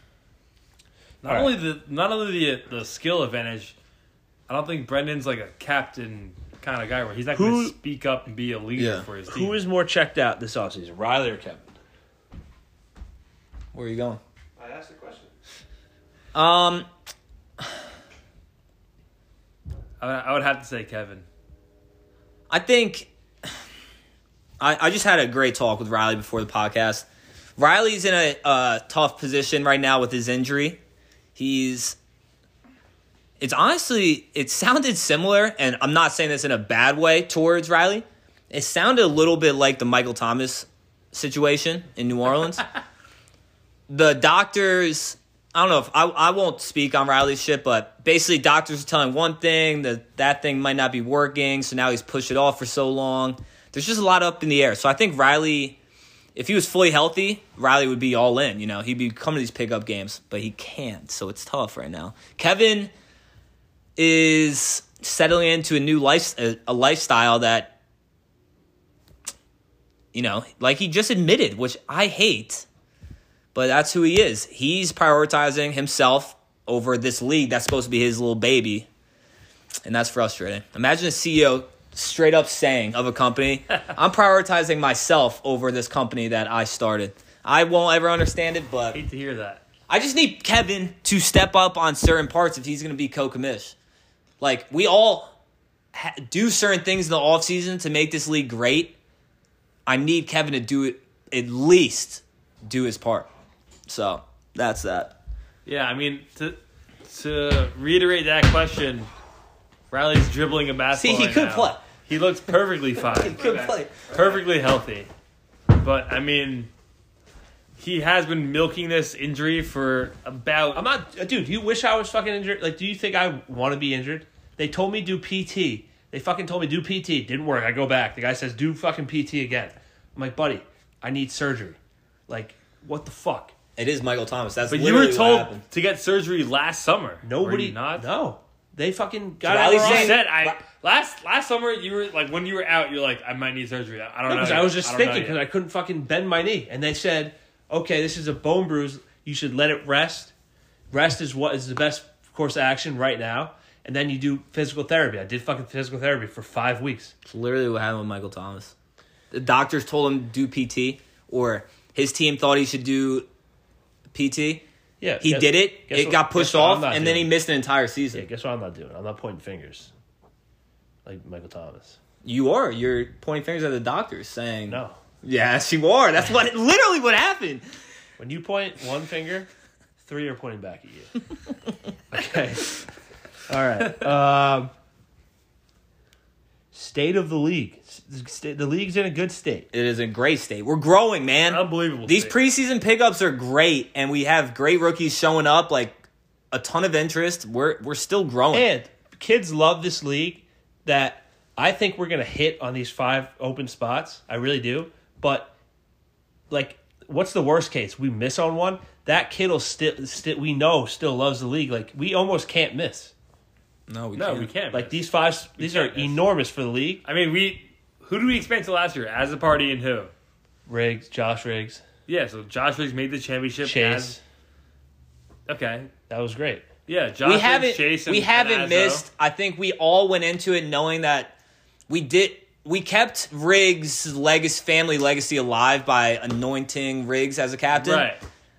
F: Not
B: All right.
F: only the not only the the skill advantage, I don't think Brendan's like a captain kind of guy where he's not going
B: Who-
F: to speak up and be a leader
A: Yeah.
F: for his team.
B: Who is more checked out this offseason, Riley or Kevin?
A: Where are you going?
K: I asked a question.
A: Um,
F: I, I would have to say Kevin.
A: I think I, I just had a great talk with Riley before the podcast. Riley's in a uh, tough position right now with his injury. He's it's honestly it sounded similar, and I'm not saying this in a bad way towards Riley. It sounded a little bit like the Michael Thomas situation in New
F: <laughs>
A: Orleans. the doctors I don't know if I, I won't speak on Riley's shit, but basically doctors are telling one thing that that thing might not be working, so now he's pushed it off for so long. There's just a lot up in the air. So I think Riley, if he was fully healthy, Riley would be all in. You know, he'd be coming to these pickup games, but he can't, so it's tough right now. Kevin is settling into a new life a, a lifestyle that you know, like he just admitted, which I hate but that's who he is. He's prioritizing himself over this league that's supposed to be his little baby, and that's frustrating. Imagine a CEO straight up saying of a company, "I'm prioritizing myself over this company that I started." I won't ever understand it, but
F: Hate to hear that.
A: I just need Kevin to step up on certain parts if he's going to be co-commish. Like we all ha- do certain things in the offseason to make this league great. I need Kevin to do it at least do his part. So, that's that.
F: Yeah, I mean to to reiterate that question, Riley's dribbling a
A: See,
F: basketball.
A: he
F: right
A: could
F: now.
A: play.
F: He
A: <laughs>
F: looks perfectly fine,
A: Could play.
F: perfectly healthy. But I mean, he has been milking this injury for about.
B: I'm not, uh, dude. You wish I was fucking injured. Like, do you think I want to be injured? They told me do PT. They fucking told me do PT. Didn't work. I go back. The guy says do fucking PT again. I'm like, buddy, I need surgery. Like, what the fuck?
A: It is Michael Thomas. That's
F: but you
A: literally
F: were
A: what happened.
F: told to get surgery last summer.
B: Nobody.
F: were you not.
B: No. They fucking got
A: Riley's
B: it wrong.
F: You
A: saying-
F: said I last last summer. You were like when you were out. You're like I might need surgery. I I don't know.
B: Because
F: yet.
B: I was just
F: don't know
B: thinking because
F: yet.
B: I couldn't fucking bend my knee, and they said, "Okay, this is a bone bruise. You should let it rest. Rest is what is the best course of action right now." And then you do physical therapy. I did fucking physical therapy for five weeks.
A: It's literally what happened with Michael Thomas. The doctors told him to do PT or his team thought he should do PT.
B: Yeah,
A: He
B: guess-
A: did it.
B: guess
A: It
B: what-
A: got pushed
B: guess what I'm
A: off
B: not
A: and then he
B: doing.
A: missed an entire season.
B: Yeah, guess what I'm not doing? I'm not pointing fingers like Michael Thomas.
A: You are. You're pointing fingers at the doctors saying,
B: No,
A: Yes, you are. That's
F: <laughs>
A: what literally what happened.
B: when you point one finger, three are pointing back at
A: <laughs>
B: you. okay. All right. Um, State of the league. S- the sta- The league's in a good state.
A: It is in great state. We're growing, man.
F: Unbelievable.
A: These
F: state.
A: preseason pickups are great, and we have great rookies showing up. Like a ton of interest. We're we're still growing.
B: And kids love this league that I think we're going to hit on these five open spots. I really do. But, like, what's the worst case? We miss on one? That kid will still, sti we know, still loves the league. Like, we almost can't miss.
A: no, we
F: no,
A: can't.
F: we can't.
B: Like, these five, these are
F: can't miss.
B: enormous for the league.
F: I mean, we who do we expand to last year as a party and who?
B: Riggs, Josh Riggs,
F: Yeah, so Josh Riggs made the championship.
B: Chase.
F: As, okay,
B: That was great.
F: yeah, Josh
A: we
F: Riggs,
A: haven't
F: Chase. And,
A: we haven't
F: and Azzo.
A: missed. I think we all went into it knowing that we did we kept Riggs' legacy, family legacy alive by anointing Riggs as a captain.
F: right.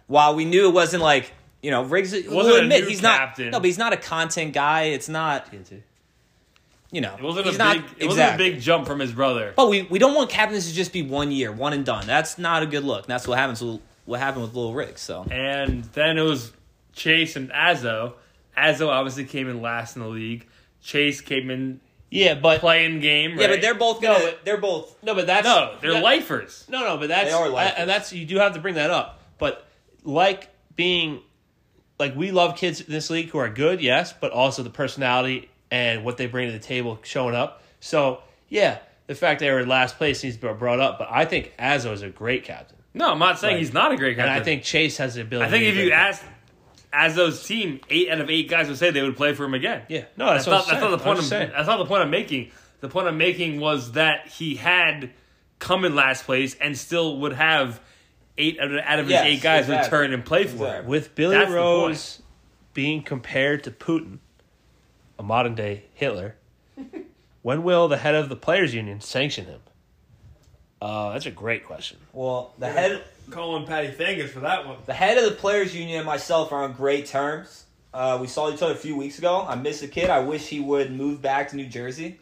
A: While we knew it wasn't like you know Riggs.
F: wasn't
A: we'll
F: a
A: admit
F: new
A: he's
F: captain.
A: not. No, but he's not a content guy. It's not you know.
F: It wasn't
A: he's
F: a
A: not,
F: big. It wasn't a
A: exactly.
F: big jump from his brother.
A: But we, we don't want captains to just be one year, one and done. That's not a good look. And that's what happens. With, what happened with Lil Riggs? So
F: And then it was Chase and Azzo. Azzo obviously came in last in the league. Chase came in
B: Yeah, but
F: playing game.
A: yeah, but
F: right?
A: they're both gonna. they're both.
B: no, but that's
F: no, they're
B: that-
F: lifers.
B: No, no, but that's
A: They are lifers.
B: and that's you do have to bring that up. But like being like we love kids in this league who are good, yes, but also the personality and what they bring to the table showing up. So yeah, the fact they were in last place needs to be brought up. But I think Azzo is a great captain,
F: No, I'm not saying
B: Right.
F: he's not a great
B: and
F: captain.
B: I think Chase has the ability.
F: I think
B: to
F: if
B: be a
F: you
B: great
F: asked Azzo's team, eight out of eight guys would say they would play for him again.
B: captain. yeah, no, that's,
F: that's, not,
B: what I'm saying.
F: that's not the point.
B: I'm
F: I'm,
B: saying.
F: that's not the point I'm making. The point I'm making was that he had come in last place and still would have eight out of, out of
A: Yes,
F: his eight guys
A: exactly.
F: return and play for him.
A: Exactly.
B: with Billy
F: That's the
B: Rose being compared to Putin, a modern day Hitler, <laughs> when will the head of the players' union sanction him? Uh, that's a great question.
A: Well, the head
F: Calling Patty Fingers for that one.
A: The head of the players union and myself are on great terms. Uh, we saw each other a few weeks ago. I miss the kid. I wish he would move back to New Jersey.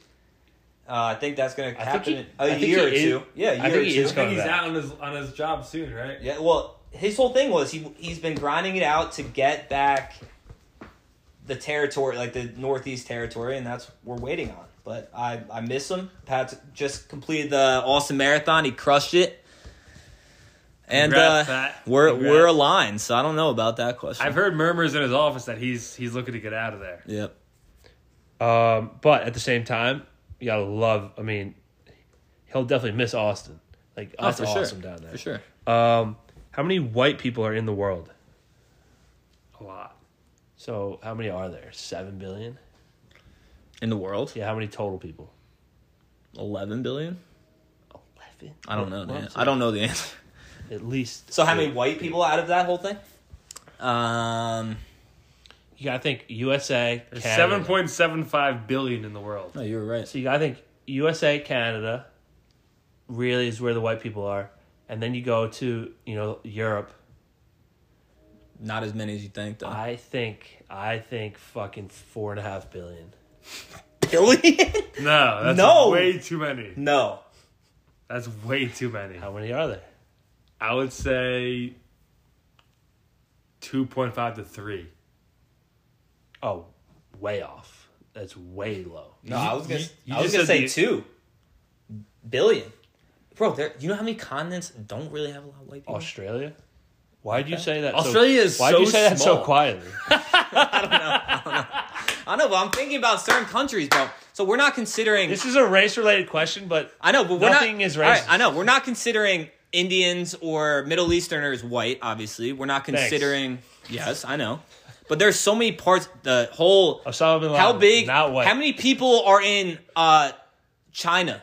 A: Uh, I think that's going to
B: think
A: happen
B: he-
A: in
B: I
A: a
B: think
A: year or
B: he is-
A: two. Yeah, a year
B: I think
A: or
B: he
A: two.
B: is
F: I think he's
B: Coming back.
F: out on his on his job soon, right?
A: Yeah, well, his whole thing was he he's been grinding it out to get back the territory, like the Northeast territory, and that's what we're waiting on. But I I miss him. Pat just completed the Austin Marathon. He crushed it. And
F: Congrats,
A: uh,
F: Pat.
A: we're
F: Congrats.
A: we're aligned, so I don't know about that question.
F: I've heard murmurs in his office that he's he's looking to get out of there.
A: yep.
B: Um, but at the same time, you gotta love. I mean, he'll definitely miss Austin. Like
F: Oh,
B: that's
A: for sure.
B: awesome down there.
A: For sure.
B: Um, how many white people are in the world?
F: A lot.
B: So how many are there? Seven billion.
A: In the world?
B: Yeah, how many total people?
A: 11 billion?
B: Eleven.
A: I don't know,
B: Well,
A: man.
B: so
A: I don't know the answer.
B: At least.
A: So, how many white people out of that whole thing? Um,
B: You gotta think USA.
F: There's
B: Canada.
F: seven point seven five billion in the world.
A: no, you were right.
B: So you, I think USA, Canada, really is where the white people are, and then you go to you know Europe.
A: Not as many as you think, though.
B: I think I think fucking four and a half billion.
A: <laughs> Billion?
F: No, that's
A: No.
F: way too many.
A: no.
F: That's way too many.
B: How many are there?
F: I would say two point five to three.
B: Oh, way off. That's way low.
A: No, I was gonna.
F: you- you
A: I was
F: just
A: gonna
F: said
A: say
F: the-
A: two billion. Bro, there. You know how many continents don't really have a lot of
B: Oh,
A: white people?
B: Australia. Why'd you say that? so-
F: Australia is
B: Why'd
F: so
B: you say that so
A: <laughs>
F: small.
B: quietly?
A: I know, but I'm thinking about certain countries, bro. So we're not considering.
B: this is a race-related question, but
A: I know, but we're not-
B: Nothing is
A: All right,
B: racist.
A: I know we're not considering Indians or Middle Easterners white. Obviously, we're not considering. Yes, I know, but there's so many parts. The whole
B: Osama bin Laden.
A: how big?
B: Oh, Not white.
A: How many people are in uh, China?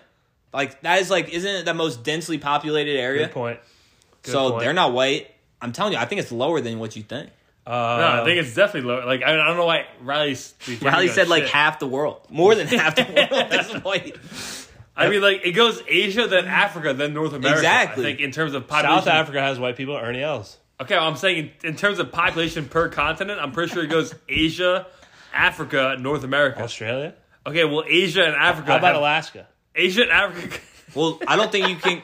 A: Like that is like isn't it the most densely populated area?
B: Good point. Good
A: so
B: point.
A: they're not white. I'm telling you, I think it's lower than what you think.
B: Uh,
F: No, I think it's definitely lower. Like I, I don't know why Riley's. dude,
A: Riley
F: goes
A: said like
F: shit.
A: half the world, more than half the world
F: <laughs>
A: is white.
F: I mean, like it goes Asia, then Africa, then North America.
A: Mm. Exactly.
F: I think in terms of population.
B: South Africa has white people. Ernie Els.
F: Okay, well, I'm saying in, in terms of population per continent, I'm pretty sure
A: <laughs>
F: it goes Asia, Africa, North America.
B: Australia.
F: Okay, well, Asia and Africa.
B: How about
F: have-
B: Alaska?
F: Asia and Africa.
A: Well, I don't think you
F: <laughs>
A: can.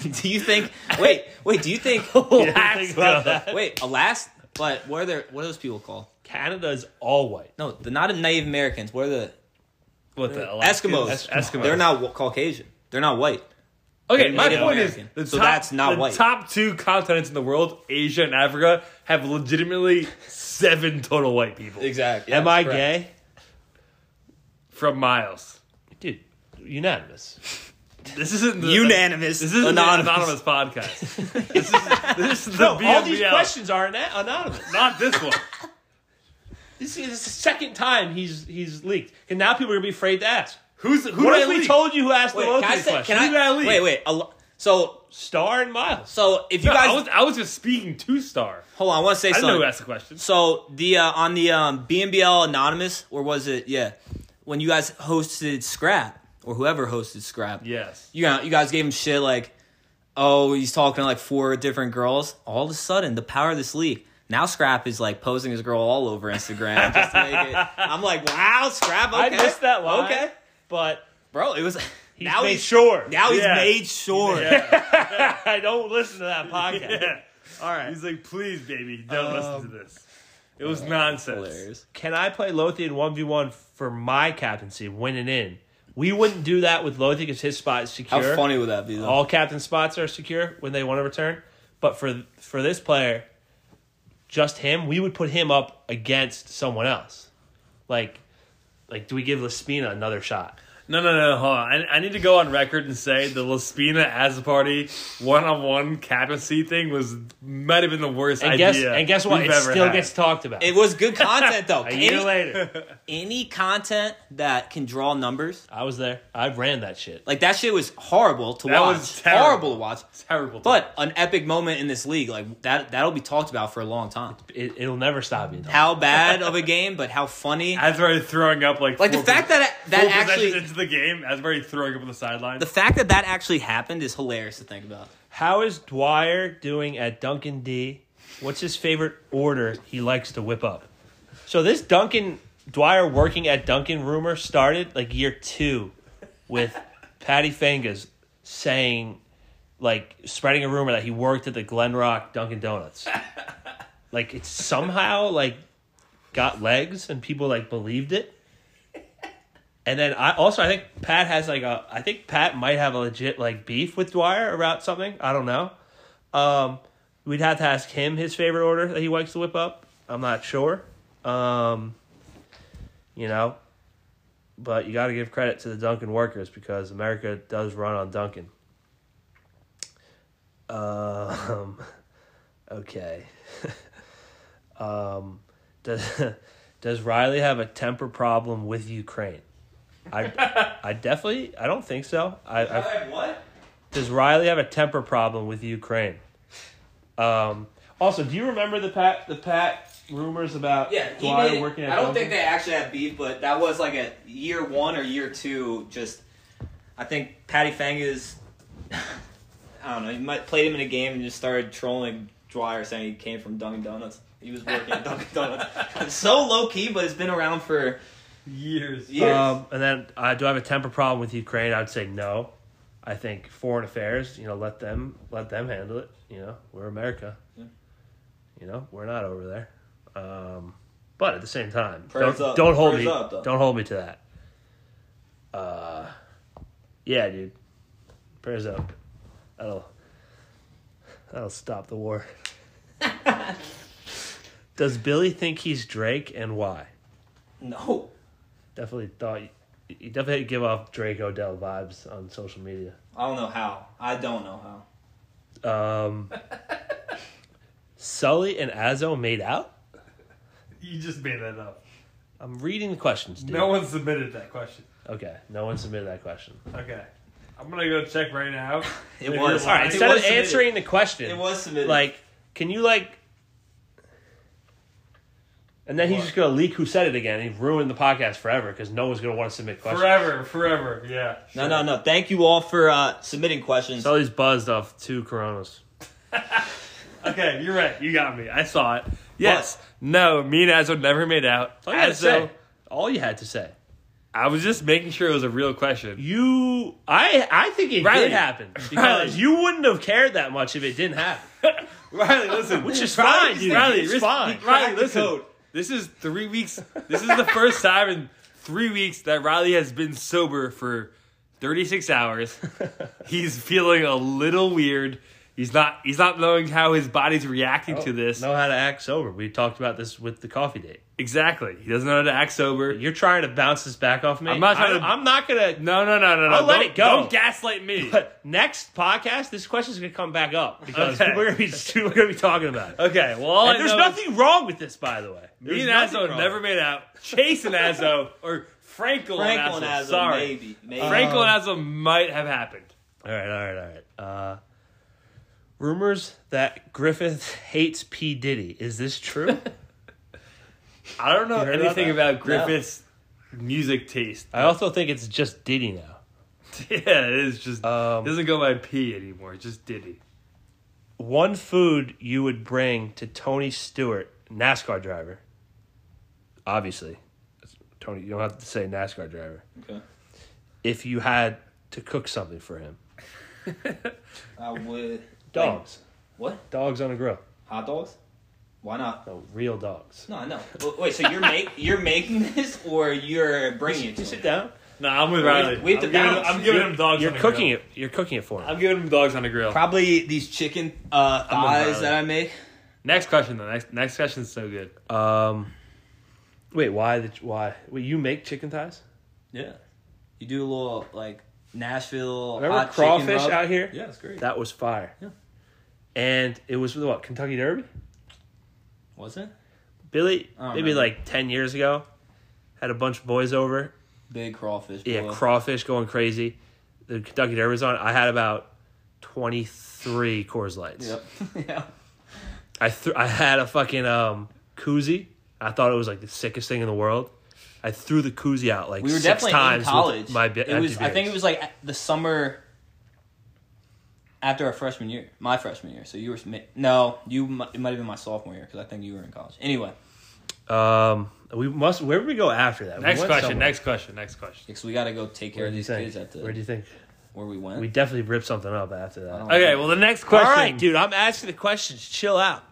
A: <laughs> do you think? Wait, wait. Do you think?
B: You didn't think about
A: <laughs>
B: that.
A: Wait, Alaska. But what are their what are those people called?
B: Canada is all white.
A: No, the not Native Americans. What are the
F: What the
A: Uh, Eskimos.
F: Alaskans? Eskimos.
A: They're not wa- Caucasian. They're not white.
F: Okay, my
A: Native
F: point
A: American.
F: is the
A: So
F: top,
A: that's not
F: the
A: white.
F: top two continents in the world, Asia and Africa, have legitimately seven total white people.
A: Exactly.
B: Am I gay?
F: From Miles.
B: Dude, unanimous.
F: This isn't the,
A: Unanimous.
F: This isn't
A: anonymous.
F: the anonymous podcast. this is this is the
B: No, all these
F: BMBL.
B: questions are ana- anonymous. <laughs>
F: Not this one.
B: This is the second time he's he's leaked, and now people are gonna be afraid to ask.
F: Who's who
B: what
F: did I
B: if we
F: leak?
B: told you who asked
A: Wait,
B: the
A: can
B: Loki
A: I say,
B: question?
A: can
F: Who did I
A: I,
F: leak?
A: wait, wait. a lo- so,
B: Star and Miles.
A: so if you
F: No,
A: guys,
F: I was I was just speaking to Star.
A: hold on, I want to say
F: I didn't know who
A: something.
F: asked the questions.
A: So the uh, on the um, BNBL anonymous, or was it? Yeah, when you guys hosted Scrap or whoever hosted Scrap,
F: Yes.
A: you know, you guys gave him shit like, oh, he's talking to like four different girls. All of a sudden, the power of this league. Now Scrap is like posing his girl all over Instagram. just to make
B: <laughs>
A: it. I'm like, wow, Scrap. Okay.
B: I missed that line.
A: Okay,
B: but
A: bro, it was.
B: he's
A: now
B: made
A: he's
B: <laughs> sure.
A: now he's
F: Yeah.
A: made sure.
B: I don't listen to that podcast. All right.
F: He's like, please, baby, don't listen to this. It was nonsense.
A: Hilarious.
B: Can I play Lothian one v one for my captaincy, winning in? We wouldn't do that with Lothian because his spot is
A: How
B: secure.
A: funny would that be? Though?
B: All captain spots are secure when they want to return. But for for this player, just him, we would put him up against someone else. Like, like, do we give Laspina another shot?
F: No, no, no, hold on. I, I need to go on record and say the Laspina as a party one on one captaincy thing was might have been the worst
B: And
F: idea.
B: guess and guess what?
F: we've
B: It
F: ever
B: still
F: had.
B: gets talked about.
A: It was good
B: <laughs>
A: content though.
B: a year
A: <laughs> Any-
B: later,
A: any content that can draw numbers
B: I was there. I ran that shit.
A: Like that shit was horrible to
F: That
A: watch.
F: was terrible.
A: Horrible to watch.
F: terrible.
A: But an epic moment in this league, like that that'll be talked about for a long time.
B: It, it'll never stop you. though.
A: How bad of a game, but how funny.
F: Asbury throwing up like
A: Like the
F: four
A: fact that
F: pos-
A: that
F: four possessions
A: actually
F: into the game, Asbury throwing up on the sideline.
A: the fact that that actually happened is hilarious to think about.
B: How is Dwyer doing at Duncan D? What's his favorite order he likes to whip up? So this Duncan Dwyer working at Duncan rumor started like year two with Patty Fangas saying like spreading a rumor that he worked at the Glen Rock Dunkin' Donuts. Like it somehow like got legs and people like believed it. And then I also I think Pat has like a I think Pat might have a legit like beef with Dwyer about something. I don't know. Um, we'd have to ask him his favorite order that he likes to whip up. I'm not sure. Um, you know, but you got to give credit to the Duncan workers because America does run on Duncan. Um, <laughs> okay. <laughs> um, does <laughs> does Riley have a temper problem with Ukraine? I I definitely I don't think so. I, I
A: What?
B: does Riley have a temper problem with Ukraine? Um, also, do you remember the Pat the Pat rumors about Dwyer working at?
A: I don't
B: Dunkin'?
A: think they actually have beef, but that was like a year one or year two. Just, I think Patty Fang is, <laughs> I don't know. He might played him in a game and just started trolling Dwyer, saying he came from Dunkin' Donuts. He was working at Dunkin' <laughs> Donuts. It's so low key, but it's been around for
F: years.
A: years.
B: Um, and then, uh, do I have a temper problem with Ukraine? I would say no. I think foreign affairs, you know, let them let them handle it. You know, we're America. You know, we're not over there. Um, but at the same time,
A: Prayers
B: don't,
A: up.
B: don't hold
A: Prayers
B: me.
A: up, though.
B: don't hold me to that. Uh, yeah, dude. Prayers up. That'll that'll stop the war. Does Billy think he's Drake and why?
A: no,
B: definitely thought you definitely give off Drake Odell vibes on social media.
A: I don't know how. I don't know how.
B: Um, Sully and Azzo made out.
F: You just made that up.
B: I'm reading the questions, dude.
F: No one submitted that question.
B: Okay, no one submitted that question.
F: Okay, I'm gonna go check
B: <laughs>
F: right now.
A: It was
F: If you're
B: All right,
F: lying-
B: instead
A: was
B: of
A: submitted.
B: answering the question,
A: It was submitted.
B: like, can you like? And then he's just gonna leak who said it again. He ruined the podcast forever because no one's gonna want to submit questions.
F: Forever, forever, yeah.
A: no, no, no. Thank you all for uh, submitting questions.
B: Sully's buzzed off two Coronas.
F: Okay, you're right. You got me. I saw it. Yes. No, me and Azzo never made out.
B: All you had to
F: Azzo,
B: say. All you had to say.
F: I was just making sure it was a real question.
B: You, I, I think it
F: Riley.
B: did happen because
F: <laughs> Riley.
B: you wouldn't have cared that much if it didn't happen.
F: Riley, listen.
B: Which is
F: Riley,
B: fine, dude.
F: Riley,
B: It's
F: listen-
B: fine.
F: Riley,
A: the
F: listen.
A: code.
F: This is three weeks. This is the first time in three weeks that Riley has been sober for 36 hours. <laughs> he's feeling a little weird. He's not. He's not knowing how his body's reacting
B: Oh,
F: to
B: <laughs>
F: this.
B: Know how to act sober. We talked about this with the coffee date.
F: Exactly. He doesn't know how to act sober.
B: You're trying to bounce this back off me.
F: I'm not trying
B: I-
F: to-
B: I'm not gonna.
F: No, no, no, no, no.
B: I'll let
F: Don't-
B: it go.
F: Don't gaslight me.
B: But next podcast, this question's gonna come back up because
F: <laughs>
B: <laughs>
F: Okay.
B: people are gonna be people are gonna be talking about it.
F: Okay. Well, all I
B: And there's
F: know is
B: nothing wrong with this, by the way.
F: <laughs> me
B: There's
F: and
B: nothing
F: Azzo
B: wrong.
F: never made out. Chase and Azzo or Frankel, and Azzo. Sorry,
A: maybe, maybe.
F: Frankel
B: Um,
F: and Azzo might have happened.
B: All right, all right, all right. Uh, rumors that Griffith hates P Diddy. Is this
F: <laughs>
B: true?
F: I don't know
B: You heard about
F: anything
B: that?
F: about, Griffith's music taste. <laughs>
B: I also think it's just Diddy now.
F: yeah, it is just
B: Um,
F: doesn't go by P anymore. it's Just Diddy.
B: One food you would bring to Tony Stewart, <laughs> NASCAR driver. Obviously, It's Tony. You don't have to say NASCAR driver.
A: Okay.
B: If you had to cook something for him,
A: I would.
B: dogs,
A: What?
B: dogs on a grill,
A: Hot dogs? Why not?
B: no Oh, real dogs.
A: No, I know. But Wait, so you're make <laughs> you're making this or you're bringing it? To
B: You sit
A: me?
B: down.
F: No, I'm with Riley.
A: we have to
F: I'm, giving,
A: balance.
F: I'm giving him dogs.
B: You're
F: on the
B: cooking
F: grill.
B: it. You're cooking it for him.
F: I'm giving him dogs on the grill.
A: Probably these chicken uh, thighs
F: Riley.
A: that I make.
F: Next question though. Next next question's so good.
B: Um, wait, why? The, why? Wait, you make chicken thighs?
A: Yeah. You do a little like Nashville
B: Remember
A: hot
B: crawfish
A: chicken rub?
B: out here?
A: Yeah, it's great.
B: That was fire. Yeah. And it was with what Kentucky Derby?
A: Was it?
B: Billy,
A: I don't
B: maybe
A: remember.
B: like ten years ago, had a bunch of boys over.
A: Big crawfish.
B: Yeah,
A: boy.
B: crawfish going crazy. The Kentucky Derby was on. I had about twenty three Coors Lights.
A: Yep. <laughs> yeah.
B: I th- I had a fucking um koozie. I thought it was like the sickest thing in the world. I threw the koozie out like
A: We were
B: six
A: definitely
B: times
A: in
B: with
A: college.
B: My be-
A: it was.
B: empty
A: I think it
B: beers.
A: was like the summer after our freshman year, my freshman year. So you were smi- no, you mi- it might have been my sophomore year because I think you were in college. Anyway,
B: Um, we must. Where would we go after that? We
F: Next
B: went
F: question.
B: somewhere.
F: Next question. Next question.
A: because we got to go take care
B: Where
A: of
B: do you
A: these
B: think?
A: kids at the
B: Where do you think?
A: where we went.
B: We definitely ripped something up after that.
A: don't-
F: Okay. Well, the next
B: All
F: question.
B: right, dude. I'm asking the questions. Chill out.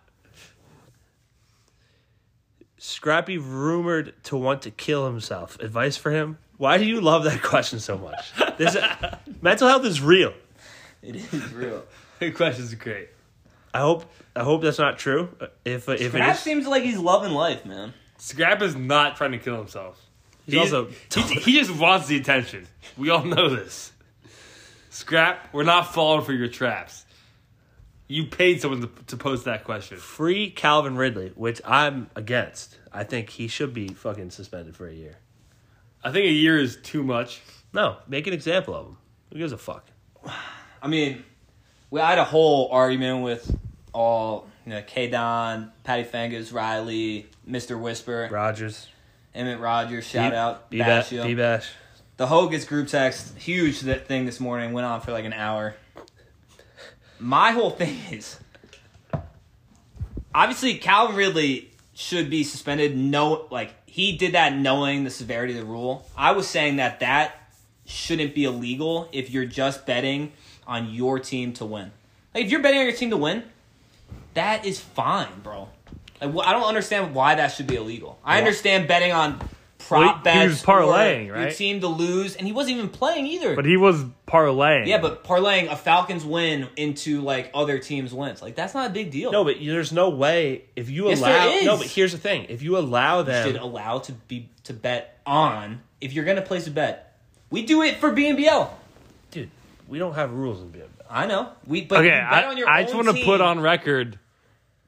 B: Scrappy rumored to want to kill himself. Advice for him? Why do you love that question so much? This <laughs> mental health is real.
A: it is real.
F: The question's great.
B: I hope I hope that's not true. If if <laughs> it
A: Crap
B: is,
A: seems like he's loving life, man.
F: Scrap is not trying to kill himself.
B: he's also
F: he, <laughs> he just wants the attention. We all know this. Scrap, we're not falling for your traps. You paid someone to, to post that question.
B: free Calvin Ridley, which I'm against. I think he should be fucking suspended for a year.
F: I think a year is too much.
B: No, make an example of him. Who gives a fuck?
A: I mean, we I had a whole argument with all you know, K Don, Patty Fangas, Riley, Mr. Whisper,
B: Rogers,
A: Emmett Rogers, shout out,
B: B
A: Bash
B: Bash,
A: you.
B: B Bash.
A: The Hogus group text, huge that thing this morning, went on for like an hour. My whole thing is obviously Calvin Ridley should be suspended. No, like he did that knowing the severity of the rule. I was saying that that shouldn't be illegal if you're just betting on your team to win. Like if you're betting on your team to win, that is fine, bro. Like, wh- I don't understand why that should be illegal. I understand betting on prop
F: Well, he-
A: bets,
F: he was parlaying,
A: or your
F: right?
A: team to lose, and he wasn't even playing either.
F: But he was parlaying.
A: yeah, but parlaying a Falcons win into like other teams' wins, like that's not a big deal.
B: No, but you- there's no way if you
A: Yes,
B: allow.
A: there is.
B: No, but here's the thing: if you allow them,
A: should allow to be to bet on if you're gonna place a bet. We do it for BNBL.
B: dude, we don't have rules in BMX.
A: I know. We but
F: okay,
A: you bet
F: I,
A: on your
F: I just
A: own
F: want to
A: team.
F: put on record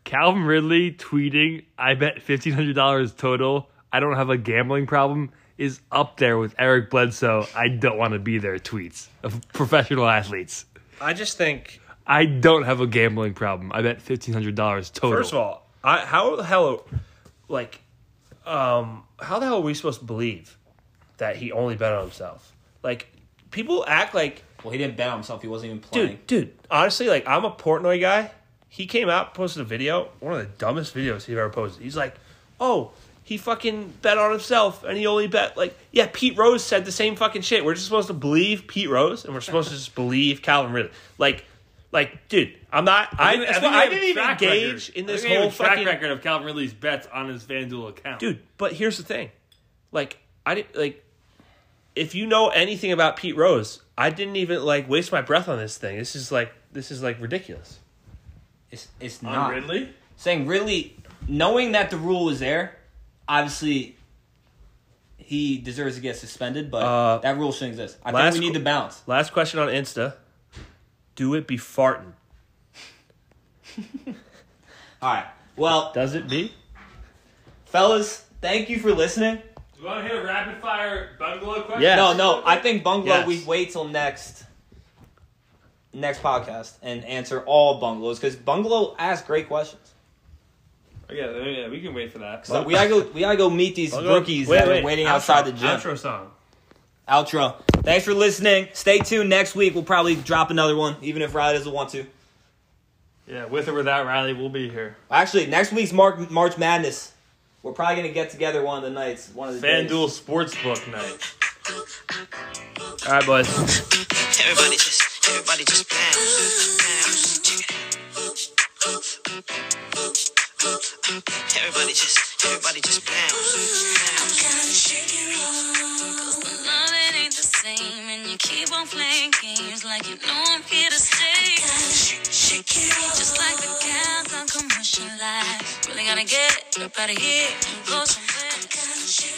F: Calvin Ridley tweeting, I bet $1,500 total. I don't have a gambling problem. Is up there with Eric Bledsoe. I don't want to be there. Tweets of professional athletes.
B: I just think,
F: I don't have a gambling problem. I bet fifteen hundred dollars total.
B: first of all, I, how the hell, like, um, how the hell are we supposed to believe that he only bet on himself? Like, people act like,
A: Well, he didn't bet on himself. He wasn't even playing.
B: dude, dude. Honestly, like, I'm a Portnoy guy. He came out, posted a video, one of the dumbest videos he's ever posted. He's like, oh. He fucking bet on himself, and he only bet like yeah. Pete Rose said the same fucking shit. We're just supposed to believe Pete Rose, and we're supposed to just believe Calvin Ridley. Like, like, dude, I'm not. I,
F: think-
B: that's why
F: think we
B: I
F: have a
B: didn't even
F: track
B: engage
F: record.
B: in
F: I
B: this
F: think we have
B: whole
F: a track
B: fucking
F: record of Calvin Ridley's bets on his FanDuel account.
B: dude. But here's the thing, like I didn't like. If you know anything about Pete Rose, I didn't even like waste my breath on this thing. This is like this is like ridiculous.
A: It's it's not Ridley saying Ridley, knowing that the rule is there. Obviously, he deserves to get suspended, but
B: Uh,
A: that rule shouldn't exist. I
B: last
A: think we need
B: qu-
A: to bounce.
B: Last question on Insta. Do it be farting?
A: All right. Well,
B: Does it be?
A: fellas, thank you for listening.
F: Do you want to hit a rapid fire bungalow question?
B: Yes.
A: No, no. I think bungalow.
B: Yes.
A: We wait till next next podcast and answer all bungalows because bungalow asks great questions.
F: Yeah, yeah, we can wait for that.
A: So we gotta go. We gotta go meet these
B: Bungalow-
A: rookies
B: wait,
A: that
B: wait,
A: are waiting
B: outro,
A: outside the gym.
F: Outro song.
A: outro. Thanks for listening. Stay tuned. Next week we'll probably drop another one, even if Riley doesn't want to.
F: Yeah, with or without Riley, we'll be here.
A: Actually, next week's Mar- March Madness. We're probably gonna get together one of the nights, one of the days.
F: FanDuel Sportsbook night.
B: All right, boys.
L: Everybody just, everybody just bang, bang. Check it. Everybody just, everybody just bang, bang.
M: Cause the loving ain't the same, and you keep on playing games like you know I'm here to stay. Just like the countdown commercial light, really gonna get up out of here and go somewhere.